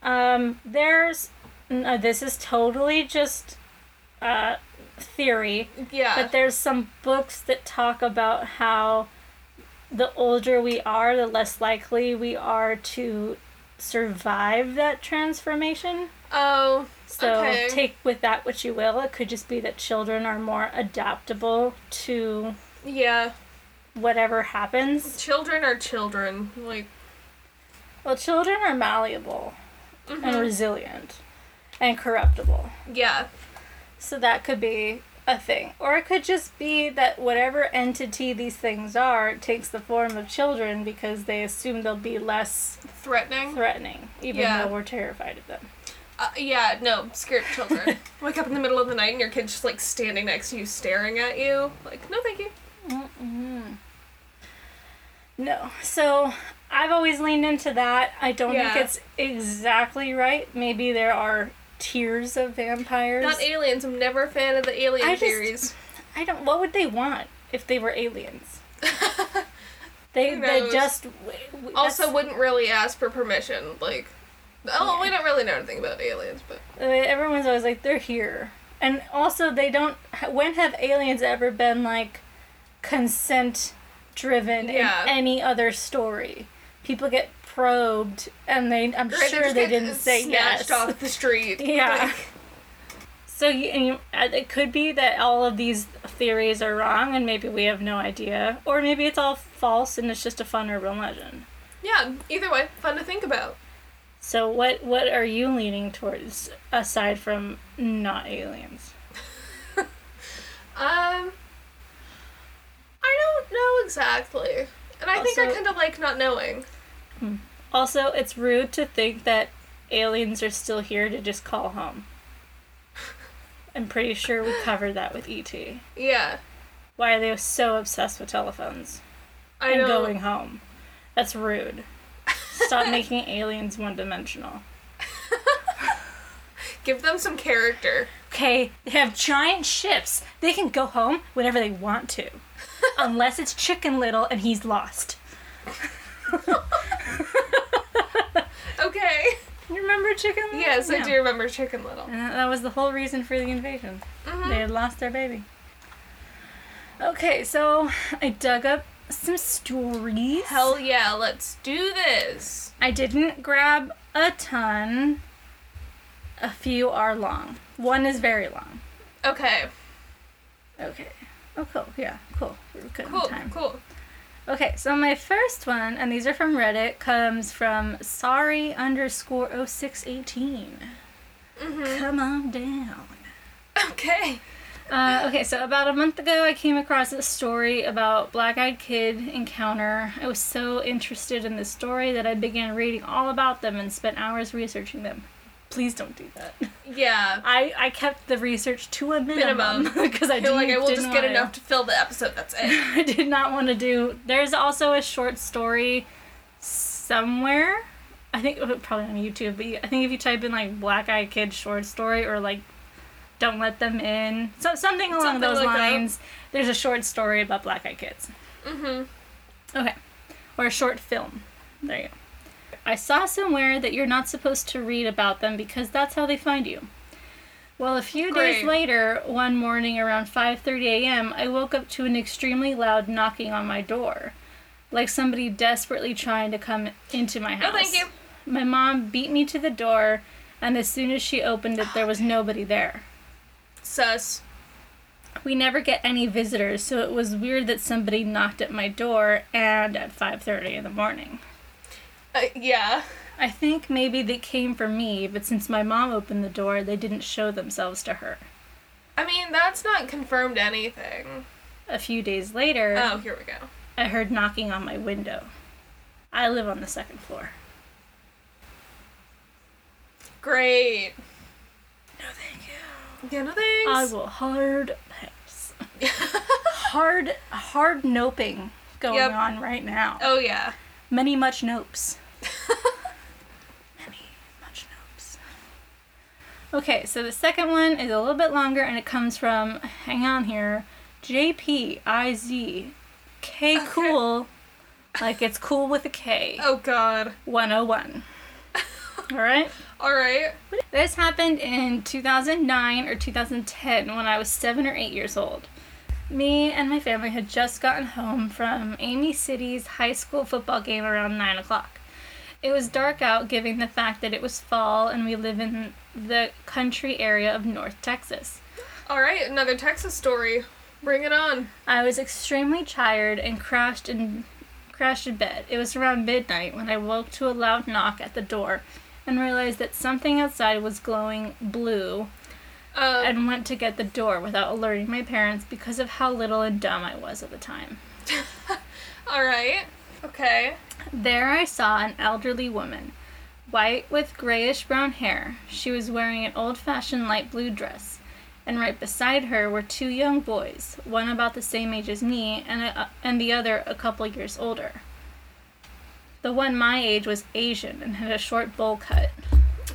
Speaker 1: um there's no, this is totally just uh theory
Speaker 2: Yeah.
Speaker 1: but there's some books that talk about how the older we are the less likely we are to survive that transformation
Speaker 2: oh.
Speaker 1: So
Speaker 2: Okay.
Speaker 1: take with that what you will. It could just be that children are more adaptable to
Speaker 2: Yeah.
Speaker 1: whatever happens.
Speaker 2: Children are children. Like
Speaker 1: Well, children are malleable and
Speaker 2: mhm.
Speaker 1: resilient and corruptible.
Speaker 2: Yeah.
Speaker 1: So that could be a thing. Or it could just be that whatever entity these things are it takes the form of children because they assume they'll be less
Speaker 2: Threatening.
Speaker 1: threatening, even
Speaker 2: Yeah.
Speaker 1: though we're terrified of them.
Speaker 2: Uh, yeah, no, scared children. Wake up in the middle of the night and your kid's just like standing next to you staring at you. Like, no thank you. Mm-hmm.
Speaker 1: Mm-mm. No. So I've always leaned into that. I don't
Speaker 2: Yeah.
Speaker 1: think it's exactly right. Maybe there are tiers of vampires.
Speaker 2: Not aliens. I'm never a fan of the alien
Speaker 1: I just-
Speaker 2: theories.
Speaker 1: I don't. What would they want if they were aliens? They
Speaker 2: Who
Speaker 1: they
Speaker 2: knows?
Speaker 1: just w- w-
Speaker 2: also,
Speaker 1: that's-
Speaker 2: wouldn't really ask for permission. Like, oh, we don't really know anything about aliens, but
Speaker 1: uh, everyone's always like they're here, and also they don't. When have aliens ever been like consent driven
Speaker 2: Yeah.
Speaker 1: in any other story? People get probed, and they I'm
Speaker 2: Right,
Speaker 1: sure
Speaker 2: just
Speaker 1: they
Speaker 2: get
Speaker 1: didn't say
Speaker 2: snatched
Speaker 1: yes.
Speaker 2: off the street.
Speaker 1: Yeah.
Speaker 2: Like,
Speaker 1: So you, and you, uh, it could be that all of these theories are wrong, and maybe we have no idea, or maybe it's all false and it's just a fun urban legend.
Speaker 2: yeah. Either way, fun to think about.
Speaker 1: So what what are you leaning towards aside from not aliens?
Speaker 2: Um, I don't know exactly, and I think I
Speaker 1: Also-
Speaker 2: kind of like not knowing.
Speaker 1: Also, it's rude to think that aliens are still here to just call home. I'm pretty sure we covered that with ET.
Speaker 2: Yeah.
Speaker 1: Why are they so obsessed with telephones
Speaker 2: I
Speaker 1: and
Speaker 2: know.
Speaker 1: going home? That's rude. Stop making aliens one dimensional.
Speaker 2: Give them some character.
Speaker 1: Okay, they have giant ships. They can go home whenever they want to. Unless it's Chicken Little and he's lost.
Speaker 2: Okay.
Speaker 1: You remember Chicken Little?
Speaker 2: Yes, I
Speaker 1: Mm, Yeah.
Speaker 2: do remember Chicken Little.
Speaker 1: And that- that was the whole reason for the invasion.
Speaker 2: Mhm.
Speaker 1: They had lost their baby. Okay, so I dug up some stories.
Speaker 2: Hell yeah, let's do this.
Speaker 1: I didn't grab a ton. A few are long. One is very long.
Speaker 2: Okay.
Speaker 1: Okay. Oh, cool. Yeah, cool. We're good on
Speaker 2: Cool.
Speaker 1: time.
Speaker 2: Cool.
Speaker 1: Okay, so my first one, and these are from Reddit, comes from sorry underscore 0618. Come on down.
Speaker 2: Mm-hmm. Okay.
Speaker 1: Uh, okay, so about a month ago, I came across this story about Black Eyed Kid encounter. I was so interested in this story that I began reading all about them and spent hours researching them. Please don't do that.
Speaker 2: Yeah.
Speaker 1: I, I kept the research to a minimum
Speaker 2: Minimum.
Speaker 1: because I,
Speaker 2: I feel
Speaker 1: didn't
Speaker 2: like I will
Speaker 1: didn't
Speaker 2: just get
Speaker 1: wanna-
Speaker 2: enough to fill the episode. That's it.
Speaker 1: I did not want to do. There's also a short story somewhere. I think oh, probably on YouTube, but you- I think if you type in like Black Eyed Kid short story or like Don't Let Them In, so, something along
Speaker 2: Something
Speaker 1: those
Speaker 2: like that.
Speaker 1: lines, there's a short story about Black Eyed Kids.
Speaker 2: Mm-hmm.
Speaker 1: Okay. Or a short film. There you go. I saw somewhere that you're not supposed to read about them because that's how they find you. Well, a few days
Speaker 2: Great.
Speaker 1: later, one morning around 5:30 a.m., I woke up to an extremely loud knocking on my door, like somebody desperately trying to come into my
Speaker 2: No,
Speaker 1: house.
Speaker 2: thank you.
Speaker 1: My mom beat me to the door, and as soon as she opened it, there was nobody there.
Speaker 2: Sus.
Speaker 1: We never get any visitors, so it was weird that somebody knocked at my door and at 5:30 in the morning.
Speaker 2: Uh, yeah.
Speaker 1: I think maybe they came for me, but since my mom opened the door, they didn't show themselves to her.
Speaker 2: I mean, that's not confirmed anything.
Speaker 1: A few days later,
Speaker 2: Oh, here we go.
Speaker 1: I heard knocking on my window. I live on the second floor.
Speaker 2: Great.
Speaker 1: No, thank you.
Speaker 2: Yeah, no
Speaker 1: I
Speaker 2: thanks.
Speaker 1: will hard pass. hard, hard noping going
Speaker 2: Yep.
Speaker 1: on right now.
Speaker 2: oh, yeah.
Speaker 1: Many much nopes. Many much nopes. Okay, so the second one is a little bit longer and it comes from, hang on here, JPIZ K cool, like it's cool with a K,
Speaker 2: Oh, God.
Speaker 1: 101. All right?
Speaker 2: All right.
Speaker 1: This happened in 2009 or 2010 when I was seven or eight years old. Me and my family had just gotten home from Amy City's high school football game around 9 o'clock. It was dark out, given the fact that it was fall and we live in the country area of North Texas.
Speaker 2: All right. Another Texas story. Bring it on.
Speaker 1: I was extremely tired and crashed in crashed in bed. It was around midnight when I woke to a loud knock at the door and realized that something outside was glowing blue
Speaker 2: Um,
Speaker 1: and went to get the door without alerting my parents because of how little and dumb I was at the time.
Speaker 2: all right. Okay.
Speaker 1: There I saw an elderly woman, white with grayish brown hair. She was wearing an old fashioned light blue dress, and right beside her were two young boys, one about the same age as me, and, a, and the other a couple years older. The one my age was Asian and had a short bowl cut.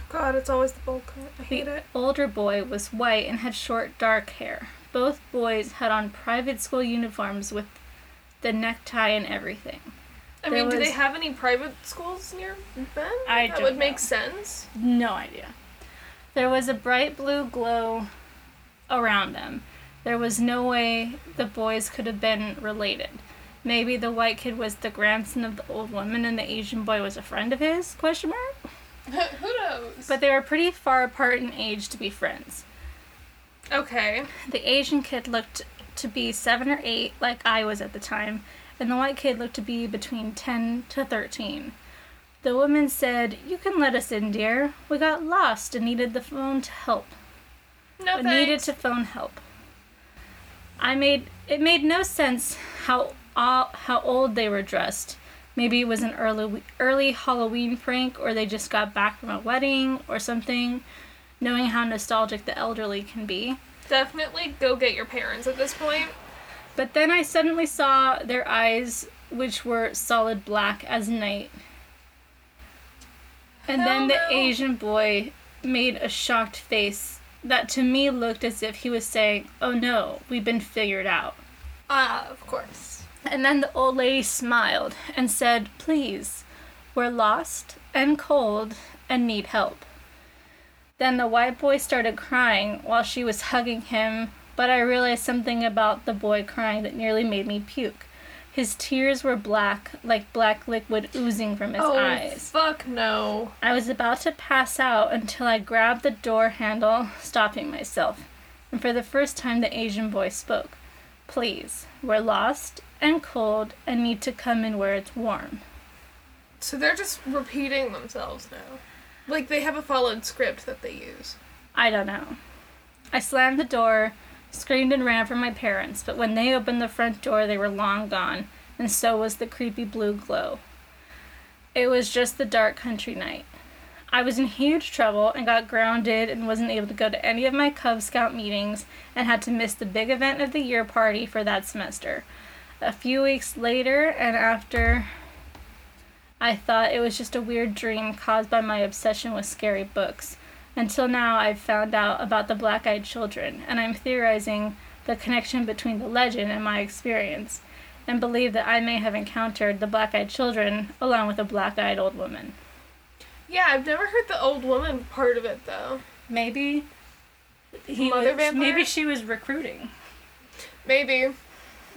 Speaker 2: God, it's always the bowl cut. I hate
Speaker 1: The
Speaker 2: it.
Speaker 1: older boy was white and had short dark hair. Both boys had on private school uniforms with the necktie and everything.
Speaker 2: I
Speaker 1: there
Speaker 2: mean, do they
Speaker 1: was-
Speaker 2: have any private schools near them?
Speaker 1: I
Speaker 2: that
Speaker 1: don't
Speaker 2: would
Speaker 1: know.
Speaker 2: make sense.
Speaker 1: No idea. There was a bright blue glow around them. There was no way the boys could have been related. Maybe the white kid was the grandson of the old woman and the Asian boy was a friend of his? Question mark.
Speaker 2: Who knows?
Speaker 1: But they were pretty far apart in age to be friends.
Speaker 2: okay.
Speaker 1: The Asian kid looked to be seven or eight, like I was at the time, and the white kid looked to be between 10 to 13. The woman said, You can let us in, dear. We got lost and needed the phone to help.
Speaker 2: No
Speaker 1: We
Speaker 2: Oh, thanks.
Speaker 1: needed to phone help. I made it made no sense how all, how old they were dressed. Maybe it was an early early Halloween prank, or they just got back from a wedding or something. Knowing how nostalgic the elderly can be,
Speaker 2: Definitely go get your parents at this point.
Speaker 1: But then I suddenly saw their eyes, which were solid black as night. And then
Speaker 2: Hell
Speaker 1: the
Speaker 2: no.
Speaker 1: Asian boy made a shocked face that to me looked as if he was saying, Oh no, we've been figured out.
Speaker 2: Ah, of course.
Speaker 1: And then the old lady smiled and said, Please, we're lost and cold and need help. Then the white boy started crying while she was hugging him, but I realized something about the boy crying that nearly made me puke. His tears were black, like black liquid oozing from his
Speaker 2: oh,
Speaker 1: eyes.
Speaker 2: fuck no.
Speaker 1: I was about to pass out until I grabbed the door handle, stopping myself. And for the first time, the Asian boy spoke. Please, we're lost and cold and need to come in where it's warm.
Speaker 2: So they're just repeating themselves now. Like they have a followed script that they use.
Speaker 1: I don't know. I slammed the door, screamed, and ran for my parents, but when they opened the front door, they were long gone, and so was the creepy blue glow. It was just the dark country night. I was in huge trouble and got grounded and wasn't able to go to any of my Cub Scout meetings and had to miss the big event of the year party for that semester. A few weeks later, and after I thought it was just a weird dream caused by my obsession with scary books. Until now, I've found out about the black eyed children, and I'm theorizing the connection between the legend and my experience, and believe that I may have encountered the black eyed children along with a black eyed old woman.
Speaker 2: Yeah, I've never heard the old woman part of it though.
Speaker 1: Maybe he
Speaker 2: Mother
Speaker 1: was-
Speaker 2: vampire?
Speaker 1: maybe she was recruiting.
Speaker 2: Maybe.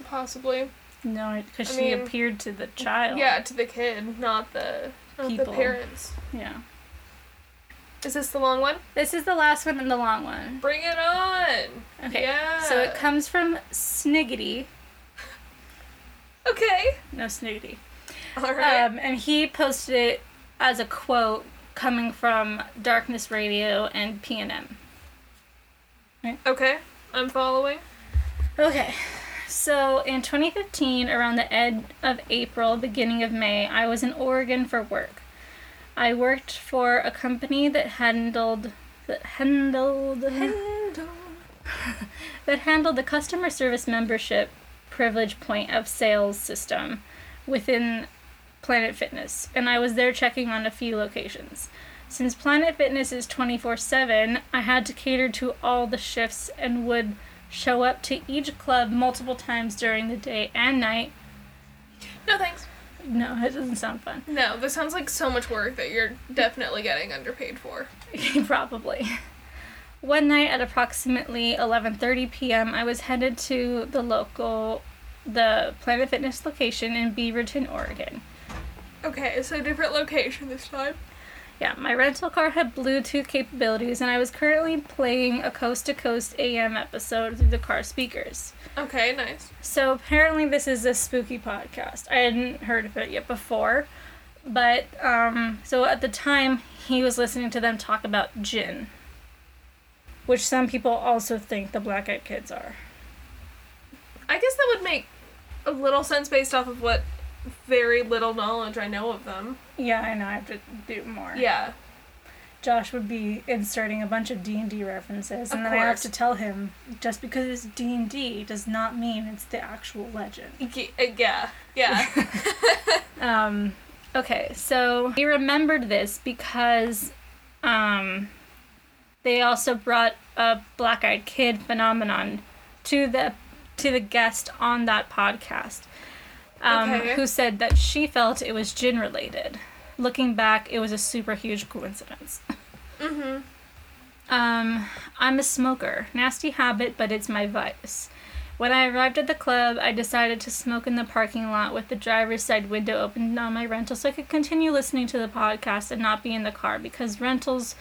Speaker 2: Possibly.
Speaker 1: No, because
Speaker 2: I
Speaker 1: she
Speaker 2: mean-
Speaker 1: appeared to the child.
Speaker 2: Yeah, to the kid, not the not the
Speaker 1: People.
Speaker 2: parents.
Speaker 1: Yeah.
Speaker 2: Is this the long one?
Speaker 1: This is the last one and the long one.
Speaker 2: Bring it on.
Speaker 1: Okay.
Speaker 2: Yeah.
Speaker 1: So it comes from Sniggity.
Speaker 2: Okay.
Speaker 1: No, Sniggity.
Speaker 2: All right.
Speaker 1: Um, and he posted it as a quote coming from Darkness Radio and P&M.
Speaker 2: okay. I'm following.
Speaker 1: Okay. So in 2015, around the end of April, beginning of May, I was in Oregon for work. I worked for a company that handled that handled that handled the customer service membership privilege point of sales system within Planet Fitness, and I was there checking on a few locations. Since Planet Fitness is 24 7, I had to cater to all the shifts and would show up to each club multiple times during the day and night.
Speaker 2: No thanks.
Speaker 1: No, that doesn't sound fun.
Speaker 2: No, this sounds like so much work that you're definitely getting underpaid for.
Speaker 1: Probably. One night at approximately 11:30 p.m., I was headed to the local the Planet Fitness location in Beaverton, Oregon.
Speaker 2: Okay, so different location this time.
Speaker 1: Yeah, my rental car had Bluetooth capabilities, and I was currently playing a coast to coast AM episode through the car speakers.
Speaker 2: Okay, nice.
Speaker 1: So apparently, this is a spooky podcast. I hadn't heard of it yet before, but um, so at the time, he was listening to them talk about gin, which some people also think the Black Eyed Kids are.
Speaker 2: I guess that would make a little sense based off of what very little knowledge I know of them.
Speaker 1: Yeah, I know. I have to do more.
Speaker 2: Yeah.
Speaker 1: Josh would be inserting a bunch of D and D references, and
Speaker 2: Of
Speaker 1: then I have
Speaker 2: course.
Speaker 1: to tell him just because it's D and D does not mean it's the actual legend.
Speaker 2: G- uh, Yeah. Yeah.
Speaker 1: Um, okay, so he remembered this because um, they also brought a black eyed kid phenomenon to the to the guest on that podcast, um,
Speaker 2: Okay.
Speaker 1: who said that she felt it was gin related. Looking back, it was a super huge coincidence.
Speaker 2: mhm.
Speaker 1: Um, I'm a smoker. Nasty habit, but it's my vice. When I arrived at the club, I decided to smoke in the parking lot with the driver's side window open on my rental so I could continue listening to the podcast and not be in the car because rentals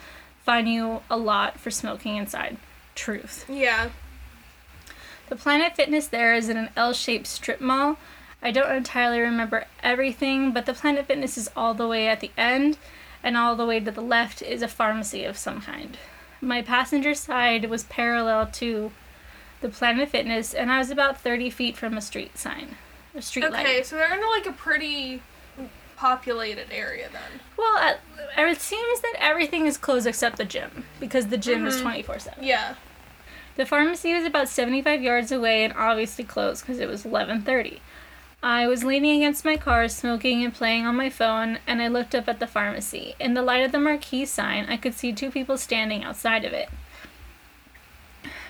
Speaker 1: fine you a lot for smoking inside. Truth.
Speaker 2: Yeah.
Speaker 1: The Planet Fitness there is in an L shaped strip mall. I don't entirely remember everything, but the Planet Fitness is all the way at the end, and all the way to the left is a pharmacy of some kind. My passenger side was parallel to the Planet Fitness, and I was about 30 feet from a street sign. A street
Speaker 2: Okay,
Speaker 1: light.
Speaker 2: so they're in like a pretty populated area then.
Speaker 1: Well, at, it seems that everything is closed except the gym, because the gym is 24 7.
Speaker 2: Yeah.
Speaker 1: The pharmacy was about 75 yards away and obviously closed because it was 11:30. I was leaning against my car, smoking and playing on my phone, and I looked up at the pharmacy. In the light of the marquee sign, I could see two people standing outside of it.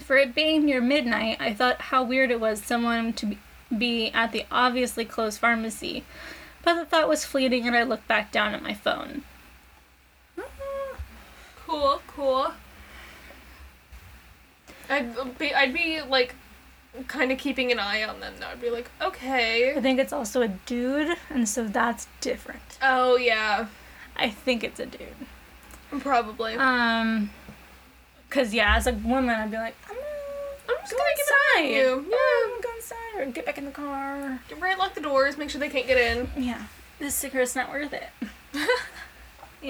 Speaker 1: For it being near midnight, I thought how weird it was someone to be- be at the obviously closed pharmacy. But the thought was fleeting, and I looked back down at my phone.
Speaker 2: Cool, cool. I'd be, I'd be like, kind of keeping an eye on them though. I'd be like,
Speaker 1: I
Speaker 2: okay.
Speaker 1: think it's also a dude, and so that's different.
Speaker 2: Oh yeah,
Speaker 1: I think it's a dude.
Speaker 2: probably.
Speaker 1: Um, cause yeah, as a woman, I'd be like, I'm, I'm
Speaker 2: just gonna give an eye on you.
Speaker 1: Yeah, I'm going inside or get back in the car.
Speaker 2: right, lock the doors. Make sure they can't get in.
Speaker 1: Yeah, this cigarette's not worth it.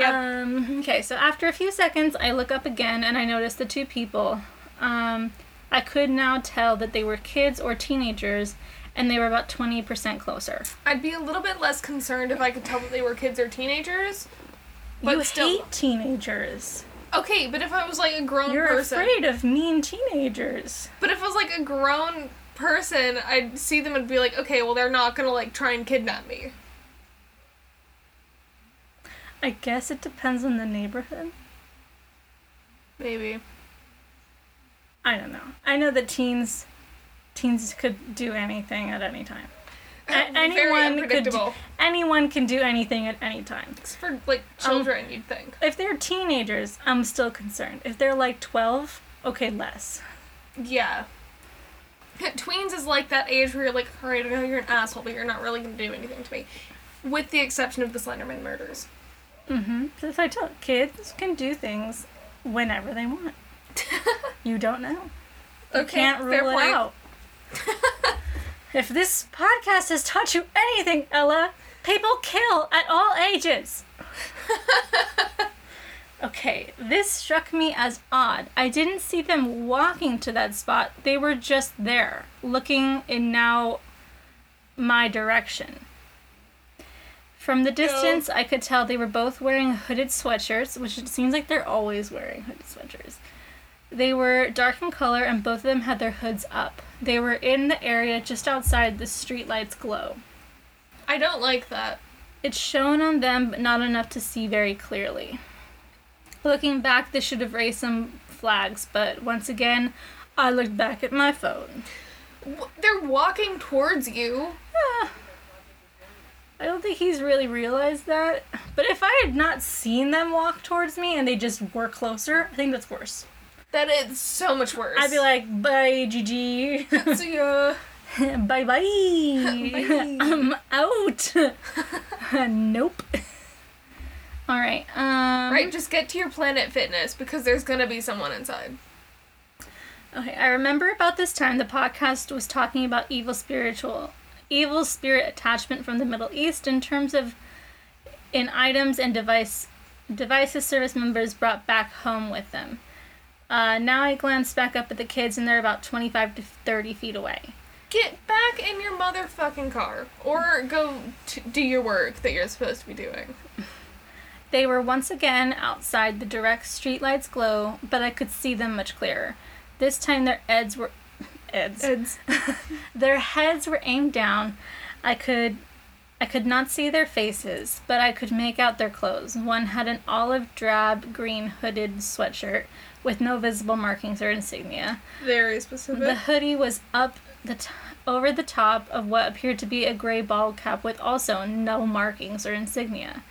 Speaker 1: Um, okay, so after a few seconds, I look up again and I notice the two people. Um, I could now tell that they were kids or teenagers, and they were about twenty percent closer.
Speaker 2: I'd be a little bit less concerned if I could tell that they were kids or teenagers. But
Speaker 1: you
Speaker 2: still-
Speaker 1: hate teenagers.
Speaker 2: Okay, but if I was like a grown
Speaker 1: You're
Speaker 2: person,
Speaker 1: afraid of mean teenagers.
Speaker 2: but if I was like a grown person, I'd see them and be like, okay, well they're not gonna like try and kidnap me.
Speaker 1: I guess it depends on the neighborhood.
Speaker 2: Maybe.
Speaker 1: I don't know. I know that teens teens could do anything at any time. A-
Speaker 2: Very
Speaker 1: anyone could
Speaker 2: unpredictable.
Speaker 1: do, anyone can do anything at any time.
Speaker 2: It's
Speaker 1: Um,
Speaker 2: for like children, you'd think.
Speaker 1: If they're teenagers, I'm still concerned. If they're like 12, okay, less.
Speaker 2: Yeah. Tweens is like that age where you're like, alright, I know you're an asshole, but you're not really gonna do anything to me. With the exception of the Slenderman murders.
Speaker 1: Mm-hmm. As I told, kids can do things whenever they want. you don't know. You can't rule it out. If this podcast has taught you anything, Ella, people kill at all ages. okay, this struck me as odd. I didn't see them walking to that spot. They were just there, looking in now my direction. From the distance, I could tell they were both wearing hooded sweatshirts, which it seems like they're always wearing hooded sweatshirts. They were dark in color, and both of them had their hoods up. They were in the area just outside the streetlights glow.
Speaker 2: I don't like that.
Speaker 1: It shone on them, but not enough to see very clearly. Looking back, they should have raised some flags, but once again, I looked back at my phone.
Speaker 2: W- They're walking towards you.
Speaker 1: Ah. I don't think he's really realized that. But if I had not seen them walk towards me and they just were closer, I think that's worse.
Speaker 2: That is so much worse.
Speaker 1: I'd be like, bye, GG.
Speaker 2: so yeah.
Speaker 1: bye bye.
Speaker 2: Bye.
Speaker 1: I'm out. nope. All right. Um,
Speaker 2: Right, just get to your Planet Fitness because there's gonna be someone inside.
Speaker 1: Okay, I remember about this time the podcast was talking about evil spiritual, evil spirit attachment from the Middle East in terms of in items and device devices service members brought back home with them. Uh, now I glance back up at the kids and they're about 25 to 30 feet away.
Speaker 2: Get back in your motherfucking car or go t- do your work that you're supposed to be doing.
Speaker 1: They were once again outside the direct streetlights glow, but I could see them much clearer. This time their heads were heads.
Speaker 2: It's
Speaker 1: Their heads were aimed down. I could I could not see their faces, but I could make out their clothes. One had an olive drab green hooded sweatshirt with no visible markings or insignia.
Speaker 2: very specific.
Speaker 1: The hoodie was up the t- over the top of what appeared to be a gray ball cap with also no markings or insignia.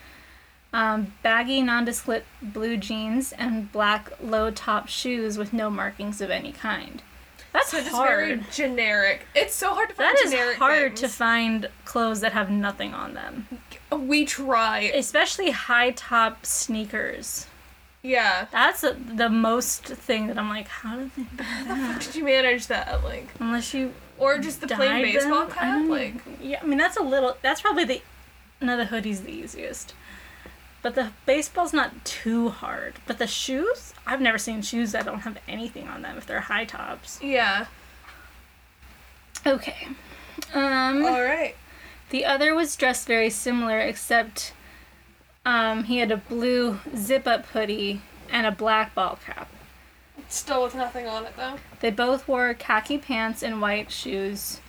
Speaker 1: Um, baggy, nondescript blue jeans and black low top shoes with no markings of any kind. That's
Speaker 2: so just
Speaker 1: hard.
Speaker 2: very generic. It's so hard to find
Speaker 1: That is
Speaker 2: generic
Speaker 1: hard to
Speaker 2: things.
Speaker 1: find clothes that have nothing on them,
Speaker 2: we try.
Speaker 1: especially high top sneakers.
Speaker 2: Yeah.
Speaker 1: That's a, the most thing that I'm like, how did they?
Speaker 2: Did you manage that? Like,
Speaker 1: Unless you
Speaker 2: or just the plain
Speaker 1: dyed them?
Speaker 2: baseball
Speaker 1: I
Speaker 2: cap?
Speaker 1: don't
Speaker 2: Like,
Speaker 1: even- yeah, I mean that's a little. That's probably the. No, the hoodie's the easiest, but the baseball's not too hard. But the shoes, I've never seen shoes that don't have anything on them if they're high tops.
Speaker 2: yeah.
Speaker 1: Okay. Um.
Speaker 2: All right.
Speaker 1: The other was dressed very similar, except um, he had a blue zip up hoodie and a black ball cap.
Speaker 2: Still with nothing on it though.
Speaker 1: They both wore khaki pants and white shoes,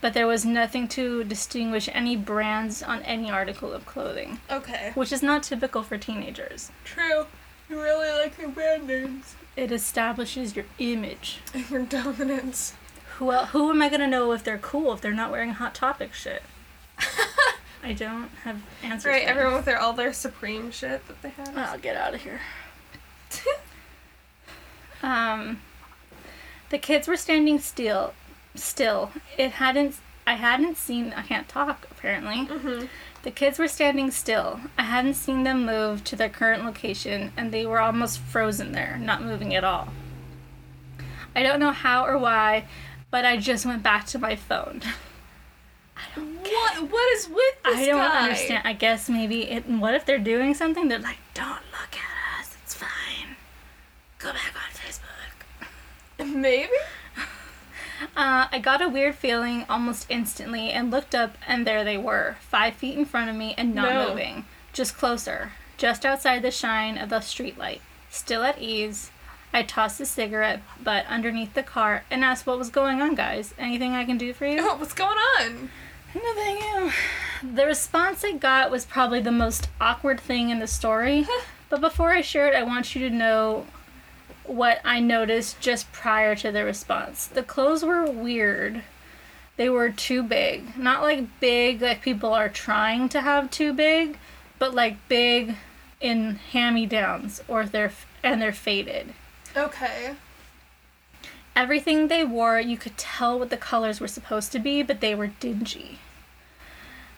Speaker 1: but there was nothing to distinguish any brands on any article of clothing,
Speaker 2: Okay.
Speaker 1: which is not typical for teenagers.
Speaker 2: True. You really like your brand names.
Speaker 1: It establishes your image.
Speaker 2: Your dominance.
Speaker 1: Who, el- who am I gonna know if they're cool if they're not wearing Hot Topic shit? I don't have answers.
Speaker 2: Right,
Speaker 1: for them.
Speaker 2: everyone with their all their supreme shit that they had.
Speaker 1: I'll Ah, get out of here. Um, the kids were standing still. Still, it hadn't. I hadn't seen. I can't talk apparently.
Speaker 2: mm-hmm.
Speaker 1: The kids were standing still. I hadn't seen them move to their current location, and they were almost frozen there, not moving at all. I don't know how or why, but I just went back to my phone.
Speaker 2: What what is with this
Speaker 1: I don't
Speaker 2: guy?
Speaker 1: understand. I guess maybe it. What if they're doing something? They're like, don't look at us. It's fine. Go back on Facebook.
Speaker 2: Maybe?
Speaker 1: Uh, I got a weird feeling almost instantly and looked up, and there they were, five feet in front of me and not
Speaker 2: No.
Speaker 1: moving, just closer, just outside the shine of the streetlight. Still at ease, I tossed a cigarette butt underneath the car and asked what was going on, guys. Anything I can do for you?
Speaker 2: Oh, what's going on?
Speaker 1: No, thank you. The response I got was probably the most awkward thing in the story. but before I share it, I want you to know what I noticed just prior to the response. The clothes were weird. They were too big. Not like big, like people are trying to have too big, but like big in hand me downs or they're f- and they're faded.
Speaker 2: Okay.
Speaker 1: Everything they wore, you could tell what the colors were supposed to be, but they were dingy.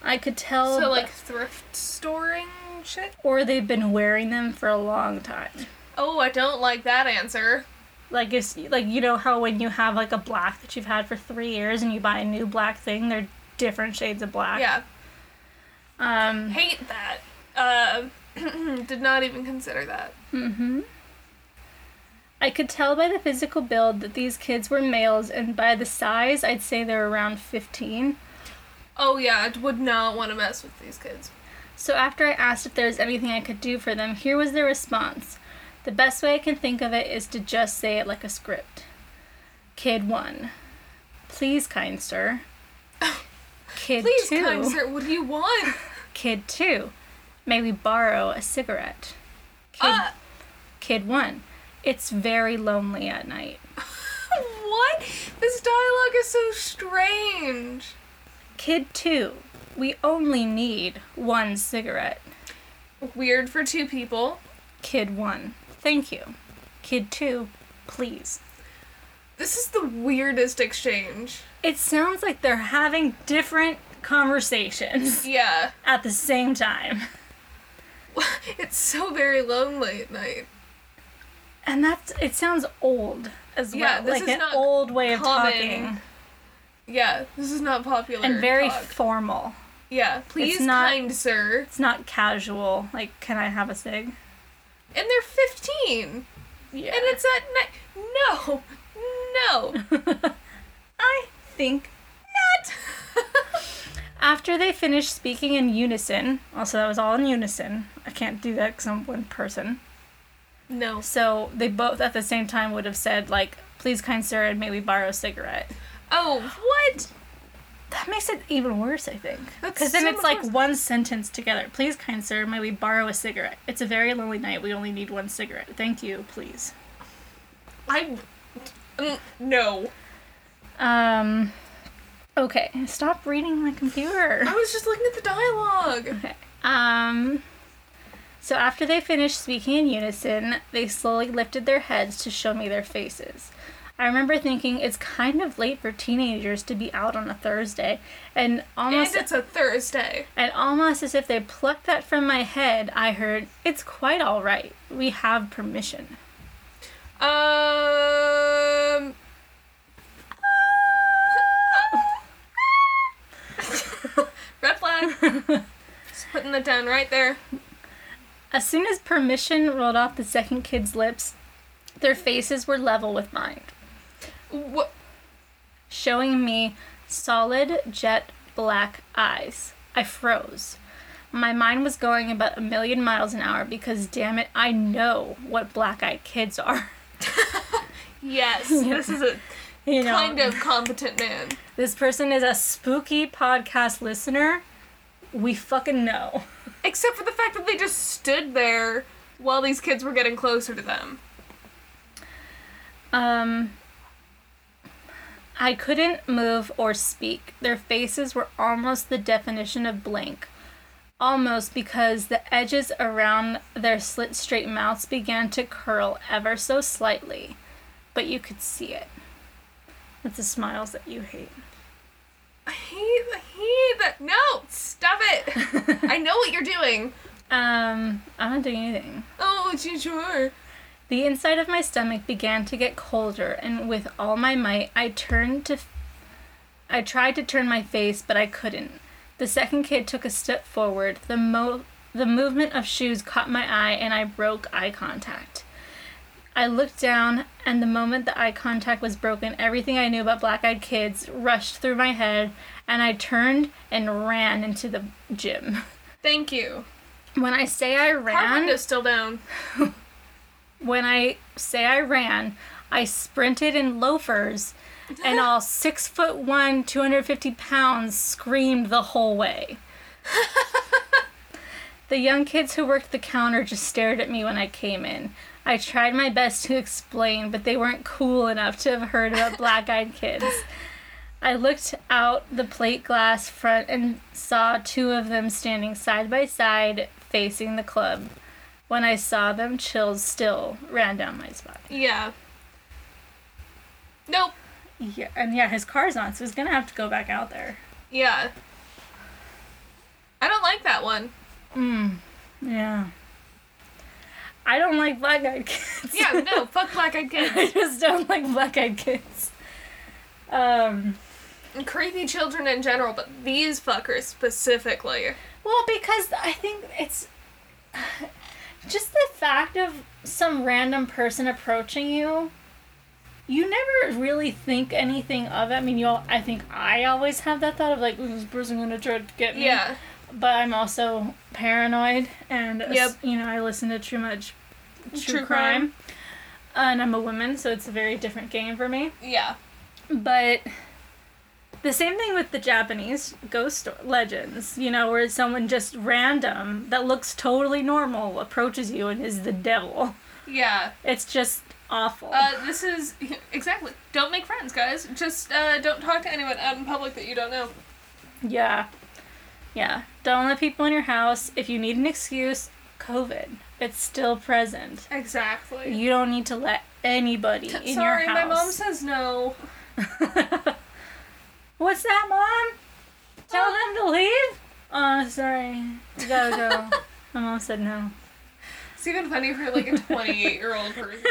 Speaker 1: I could tell.
Speaker 2: So
Speaker 1: the-
Speaker 2: like thrift storing shit.
Speaker 1: or they've been wearing them for a long time.
Speaker 2: Oh, I don't like that answer.
Speaker 1: Like it's like you know how when you have like a black that you've had for three years and you buy a new black thing, they're different shades of black.
Speaker 2: Yeah,
Speaker 1: Um.
Speaker 2: hate that. Uh, did not even consider that.
Speaker 1: hmm I could tell by the physical build that these kids were males, and by the size, I'd say they're around 15.
Speaker 2: Oh yeah, I would not want to mess with these kids.
Speaker 1: So after I asked if there was anything I could do for them, here was their response. The best way I can think of it is to just say it like a script. Kid 1. Please, kind sir. Kid
Speaker 2: Please,
Speaker 1: 2.
Speaker 2: kind sir, what do you want?
Speaker 1: Kid 2. May we borrow a cigarette? Kid,
Speaker 2: Uh,
Speaker 1: kid 1. It's very lonely at night.
Speaker 2: what? This dialogue is so strange.
Speaker 1: Kid 2. We only need one cigarette.
Speaker 2: Weird for two people.
Speaker 1: Kid 1. Thank you. Kid 2. Please.
Speaker 2: This is the weirdest exchange.
Speaker 1: It sounds like they're having different conversations
Speaker 2: Yeah.
Speaker 1: at the same time.
Speaker 2: It's so very lonely at night.
Speaker 1: And that's it sounds old as
Speaker 2: Yeah,
Speaker 1: well.
Speaker 2: this
Speaker 1: like
Speaker 2: is
Speaker 1: an
Speaker 2: not
Speaker 1: old way of
Speaker 2: common
Speaker 1: talking
Speaker 2: Yeah, this is not popular.
Speaker 1: and very
Speaker 2: talk.
Speaker 1: formal.
Speaker 2: yeah, please,
Speaker 1: not-
Speaker 2: kind sir.
Speaker 1: It's not casual like can I have a cig?
Speaker 2: And they're 15. And
Speaker 1: Yeah.
Speaker 2: it's at night. No, no,
Speaker 1: I think
Speaker 2: not.
Speaker 1: after they finished speaking in unison, also that was all in unison. I can't do that cuz I'm one person.
Speaker 2: no.
Speaker 1: So they both at the same time would have said like please kind sir and may we borrow a cigarette.
Speaker 2: Oh, what?
Speaker 1: That makes it even worse, I think.
Speaker 2: That's
Speaker 1: Because then
Speaker 2: so
Speaker 1: it's
Speaker 2: much
Speaker 1: like
Speaker 2: worse.
Speaker 1: one sentence together. Please, kind sir, may we borrow a cigarette? It's a very lonely night. We only need one cigarette. Thank you, please.
Speaker 2: I. Mm, No.
Speaker 1: Um, okay. Stop reading my computer.
Speaker 2: I was just looking at the dialogue.
Speaker 1: Okay. Um, so after they finished speaking in unison, they slowly lifted their heads to show me their faces. I remember thinking it's kind of late for teenagers to be out on a Thursday, and almost
Speaker 2: and it's a Thursday.
Speaker 1: And almost as if they plucked that from my head, I heard, It's quite all right. We have permission.
Speaker 2: Um. Red flag. Just putting it down right there.
Speaker 1: As soon as permission rolled off the second kid's lips, their faces were level with mine,
Speaker 2: What?
Speaker 1: showing me solid, jet black eyes. I froze. My mind was going about a million miles an hour because, damn it, I know what black eyed kids are.
Speaker 2: Yes, this is a
Speaker 1: You know,
Speaker 2: kind of competent man.
Speaker 1: this person is a spooky podcast listener. We fucking know.
Speaker 2: Except for the fact that they just stood there while these kids were getting closer to them.
Speaker 1: Um, I couldn't move or speak. Their faces were almost the definition of blank. Almost because the edges around their slit straight mouths began to curl ever so slightly, but you could see it. It's the smiles that you hate.
Speaker 2: I hate, I hate that. No, stop it. I know what you're doing.
Speaker 1: Um, I'm not doing anything.
Speaker 2: Oh, gee, sure.
Speaker 1: The inside of my stomach began to get colder, and with all my might, I turned to. I tried to turn my face, but I couldn't. The second kid took a step forward. The mo- the movement of shoes caught my eye, and I broke eye contact. I looked down, and the moment the eye contact was broken, everything I knew about black-eyed kids rushed through my head, and I turned and ran into the gym.
Speaker 2: Thank you.
Speaker 1: When I say I
Speaker 2: Our
Speaker 1: ran,
Speaker 2: window's still down.
Speaker 1: when I say I ran, I sprinted in loafers, and all six foot one, 250 pounds screamed the whole way. the young kids who worked the counter just stared at me when I came in. I tried my best to explain, but they weren't cool enough to have heard about black eyed kids. I looked out the plate glass front and saw two of them standing side by side facing the club. When I saw them, chills still ran down my spine.
Speaker 2: Yeah. Nope.
Speaker 1: Yeah, and yeah, his car's on, so he's gonna have to go back out there.
Speaker 2: Yeah. I don't like that one.
Speaker 1: Mm. Yeah. I don't like black eyed kids.
Speaker 2: Yeah, no, fuck Black Eyed
Speaker 1: I
Speaker 2: Kids.
Speaker 1: just don't like black eyed kids. Um,
Speaker 2: And creepy children in general, but these fuckers specifically.
Speaker 1: well, because I think it's just the fact of some random person approaching you. You never really think anything of it. I mean, you all, I think I always have that thought of like, "Ooh, this person gonna try to get me.
Speaker 2: Yeah.
Speaker 1: But I'm also paranoid, and uh, s-
Speaker 2: Yep.
Speaker 1: you know, I listen to too much true,
Speaker 2: True
Speaker 1: crime.
Speaker 2: crime.
Speaker 1: and I'm a woman, so it's a very different game for me.
Speaker 2: Yeah.
Speaker 1: But the same thing with the Japanese ghost sto- legends, you know, where someone just random that looks totally normal approaches you and is the devil.
Speaker 2: Yeah.
Speaker 1: It's just awful.
Speaker 2: Uh, this is exactly. Don't make friends, guys. Just uh, don't talk to anyone out in public that you don't know.
Speaker 1: yeah. Yeah. Don't let people in your house. If you need an excuse, COVID. It's still present.
Speaker 2: Exactly.
Speaker 1: You don't need to let anybody in
Speaker 2: Sorry,
Speaker 1: your
Speaker 2: my mom
Speaker 1: house.
Speaker 2: says no.
Speaker 1: What's that, mom? Tell them to leave? Oh, sorry. You gotta go. my mom said no.
Speaker 2: It's even funny for like a 28 year old person.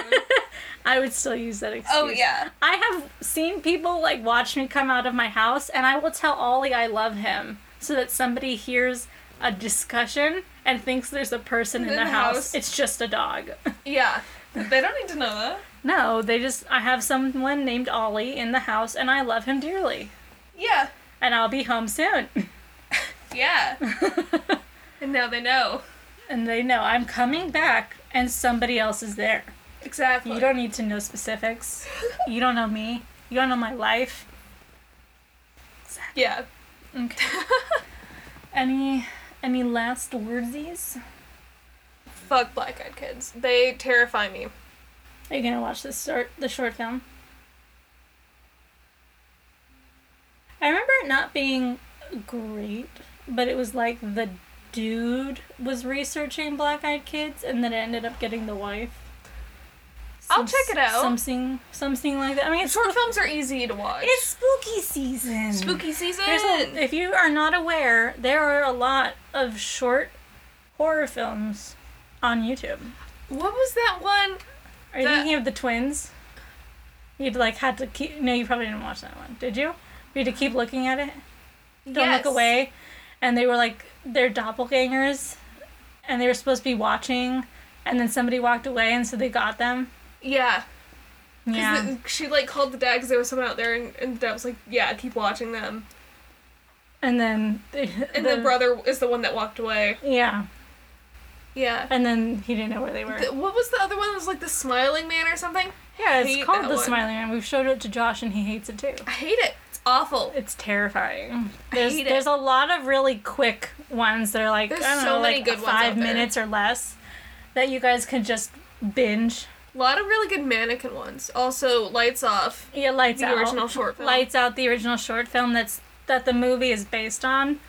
Speaker 1: I would still use that excuse.
Speaker 2: oh yeah.
Speaker 1: I have seen people like watch me come out of my house and I will tell Ollie I love him so that somebody hears a discussion and thinks there's a person in, the, house. It's just a dog.
Speaker 2: Yeah. They don't need to know that.
Speaker 1: no, they just I have someone named Ollie in the house and I love him dearly.
Speaker 2: Yeah.
Speaker 1: And I'll be home soon.
Speaker 2: Yeah. and now they know.
Speaker 1: and they know I'm coming back and somebody else is there.
Speaker 2: Exactly.
Speaker 1: You don't need to know specifics. You don't know me. You don't know my life.
Speaker 2: Yeah.
Speaker 1: Okay. any any last wordsies?
Speaker 2: Fuck black eyed kids. They terrify me.
Speaker 1: Are you gonna watch this short the short film? I remember it not being great, but it was like the dude was researching black eyed kids and then it ended up getting the wife.
Speaker 2: I'll check it out.
Speaker 1: Something something like that. I mean it's
Speaker 2: Short films are easy to watch.
Speaker 1: it's spooky season.
Speaker 2: spooky season.
Speaker 1: There's a, if you are not aware, there are a lot of short horror films on YouTube.
Speaker 2: What was that one?
Speaker 1: Are you
Speaker 2: The-
Speaker 1: thinking of the twins? You'd like had to keep. No, you probably didn't watch that one, did you? You had to keep looking at it. Don't
Speaker 2: Uh-huh. Yes.
Speaker 1: look away. And they were like they're doppelgangers, and they were supposed to be watching, and then somebody walked away, and so they got them.
Speaker 2: Yeah.
Speaker 1: Yeah.
Speaker 2: Because she like called the dad because there was someone out there, and, and the dad was like, "Yeah, keep watching them."
Speaker 1: and then they,
Speaker 2: And the, brother is the one that walked away.
Speaker 1: Yeah.
Speaker 2: Yeah.
Speaker 1: And then he didn't know where they were.
Speaker 2: The- what was the other one? It was like the Smiling Man or something.
Speaker 1: yeah,
Speaker 2: hate
Speaker 1: it's called
Speaker 2: that
Speaker 1: The
Speaker 2: one.
Speaker 1: Smiling Man. We've showed it to Josh, and he hates it too.
Speaker 2: I hate it. It's awful.
Speaker 1: It's terrifying. There's
Speaker 2: hate it.
Speaker 1: there's a lot of really quick ones that are like
Speaker 2: There's
Speaker 1: I don't
Speaker 2: so
Speaker 1: know,
Speaker 2: many
Speaker 1: like
Speaker 2: good ones
Speaker 1: five
Speaker 2: out there.
Speaker 1: minutes or less that you guys can just binge.
Speaker 2: A lot of really good mannequin ones. Also, Lights Off,
Speaker 1: Yeah, lights
Speaker 2: the
Speaker 1: out.
Speaker 2: original short film.
Speaker 1: Lights out the original short film that's that the movie is based on.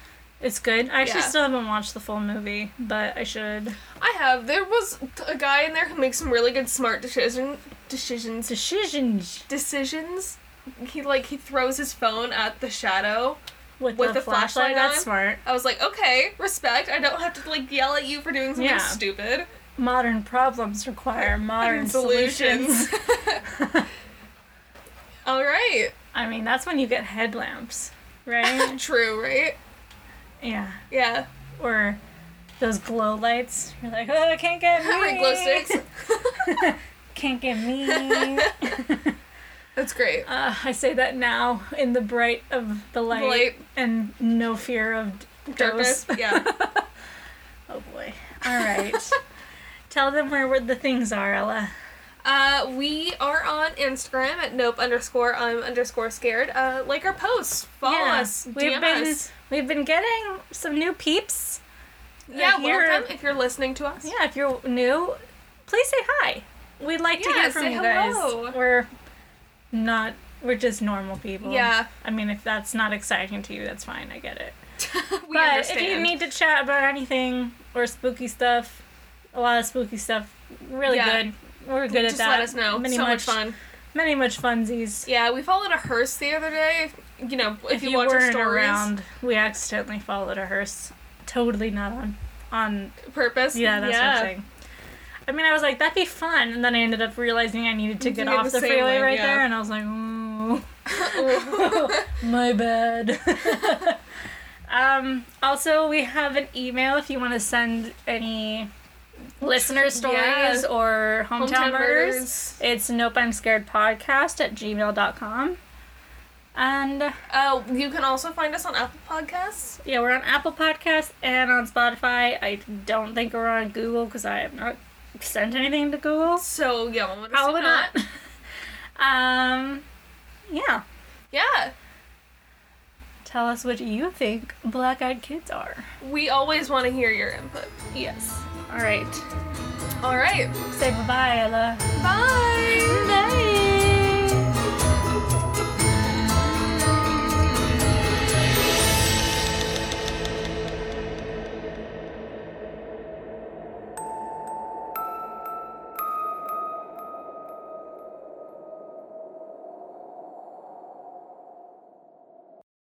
Speaker 1: It's good. I actually
Speaker 2: Yeah.
Speaker 1: still haven't watched the full movie, but I should.
Speaker 2: I have. There was t- a guy in there who makes some really good smart decision decisions.
Speaker 1: Decisions
Speaker 2: Decisions. He like he throws his phone at the shadow.
Speaker 1: with,
Speaker 2: With
Speaker 1: the,
Speaker 2: the
Speaker 1: flashlight.
Speaker 2: flashlight
Speaker 1: That's
Speaker 2: on?
Speaker 1: smart.
Speaker 2: I was like, okay, respect. I don't have to like yell at you for doing something
Speaker 1: Yeah.
Speaker 2: stupid.
Speaker 1: Modern problems require modern solutions.
Speaker 2: solutions. All right.
Speaker 1: I mean, that's when you get headlamps, right?
Speaker 2: True, right?
Speaker 1: yeah.
Speaker 2: Yeah.
Speaker 1: or those glow lights. You're like, oh, can't get me.
Speaker 2: Right, glow sticks.
Speaker 1: Can't get me.
Speaker 2: That's great.
Speaker 1: uh, I say that now in the bright of the light,
Speaker 2: light.
Speaker 1: and no fear of d-
Speaker 2: Darkness.
Speaker 1: ghosts.
Speaker 2: Yeah.
Speaker 1: Oh boy. All right. Tell them where, where the things are, Ella.
Speaker 2: Uh, we are on Instagram at nope underscore I'm underscore scared. Uh, like our posts, follow
Speaker 1: Yeah,
Speaker 2: us,
Speaker 1: We've
Speaker 2: DM
Speaker 1: been
Speaker 2: us.
Speaker 1: we've been getting some new peeps.
Speaker 2: Yeah,
Speaker 1: if you're-
Speaker 2: welcome if you're listening to us.
Speaker 1: Yeah, if you're new, please say hi. We'd like to
Speaker 2: Yeah,
Speaker 1: hear from
Speaker 2: say
Speaker 1: you
Speaker 2: hello.
Speaker 1: guys. We're not we're just normal people.
Speaker 2: Yeah.
Speaker 1: I mean, if that's not exciting to you, that's fine. I get it.
Speaker 2: we
Speaker 1: but
Speaker 2: understand.
Speaker 1: if you need to chat about anything or spooky stuff, a lot of spooky stuff. Really
Speaker 2: Yeah.
Speaker 1: good. We're good
Speaker 2: Just
Speaker 1: at that.
Speaker 2: let us know.
Speaker 1: Many
Speaker 2: so much
Speaker 1: much,
Speaker 2: fun.
Speaker 1: Many much funsies.
Speaker 2: Yeah, we followed a hearse the other day. If, you know, if,
Speaker 1: if
Speaker 2: you,
Speaker 1: you,
Speaker 2: watch our
Speaker 1: weren't
Speaker 2: stories
Speaker 1: around, we accidentally followed a hearse. Totally not on on.
Speaker 2: purpose.
Speaker 1: Yeah, that's what I'm saying. I mean, I was like, that'd be fun, and then I ended up realizing I needed to
Speaker 2: You
Speaker 1: get
Speaker 2: did
Speaker 1: off
Speaker 2: the
Speaker 1: the,
Speaker 2: same
Speaker 1: freeway
Speaker 2: one,
Speaker 1: right
Speaker 2: yeah.
Speaker 1: there, and I was like, ooh.
Speaker 2: Ooh.
Speaker 1: My bad. um, also, we have an email if you want to send any listener stories
Speaker 2: Yeah.
Speaker 1: or hometown,
Speaker 2: Hometown
Speaker 1: murders.
Speaker 2: murders.
Speaker 1: It's nope, I'm scared podcast at gmail.com. And
Speaker 2: Uh, you can also find us on Apple Podcasts.
Speaker 1: yeah, we're on Apple Podcasts and on Spotify. I don't think we're on Google because I have not sent anything to Google.
Speaker 2: So yeah, we'll notice
Speaker 1: Probably
Speaker 2: that.
Speaker 1: not. um, yeah.
Speaker 2: Yeah,
Speaker 1: Tell us what you think black eyed kids are.
Speaker 2: we always want to hear your input.
Speaker 1: Yes. All right.
Speaker 2: All right,
Speaker 1: Say bye bye, Ella.
Speaker 2: bye.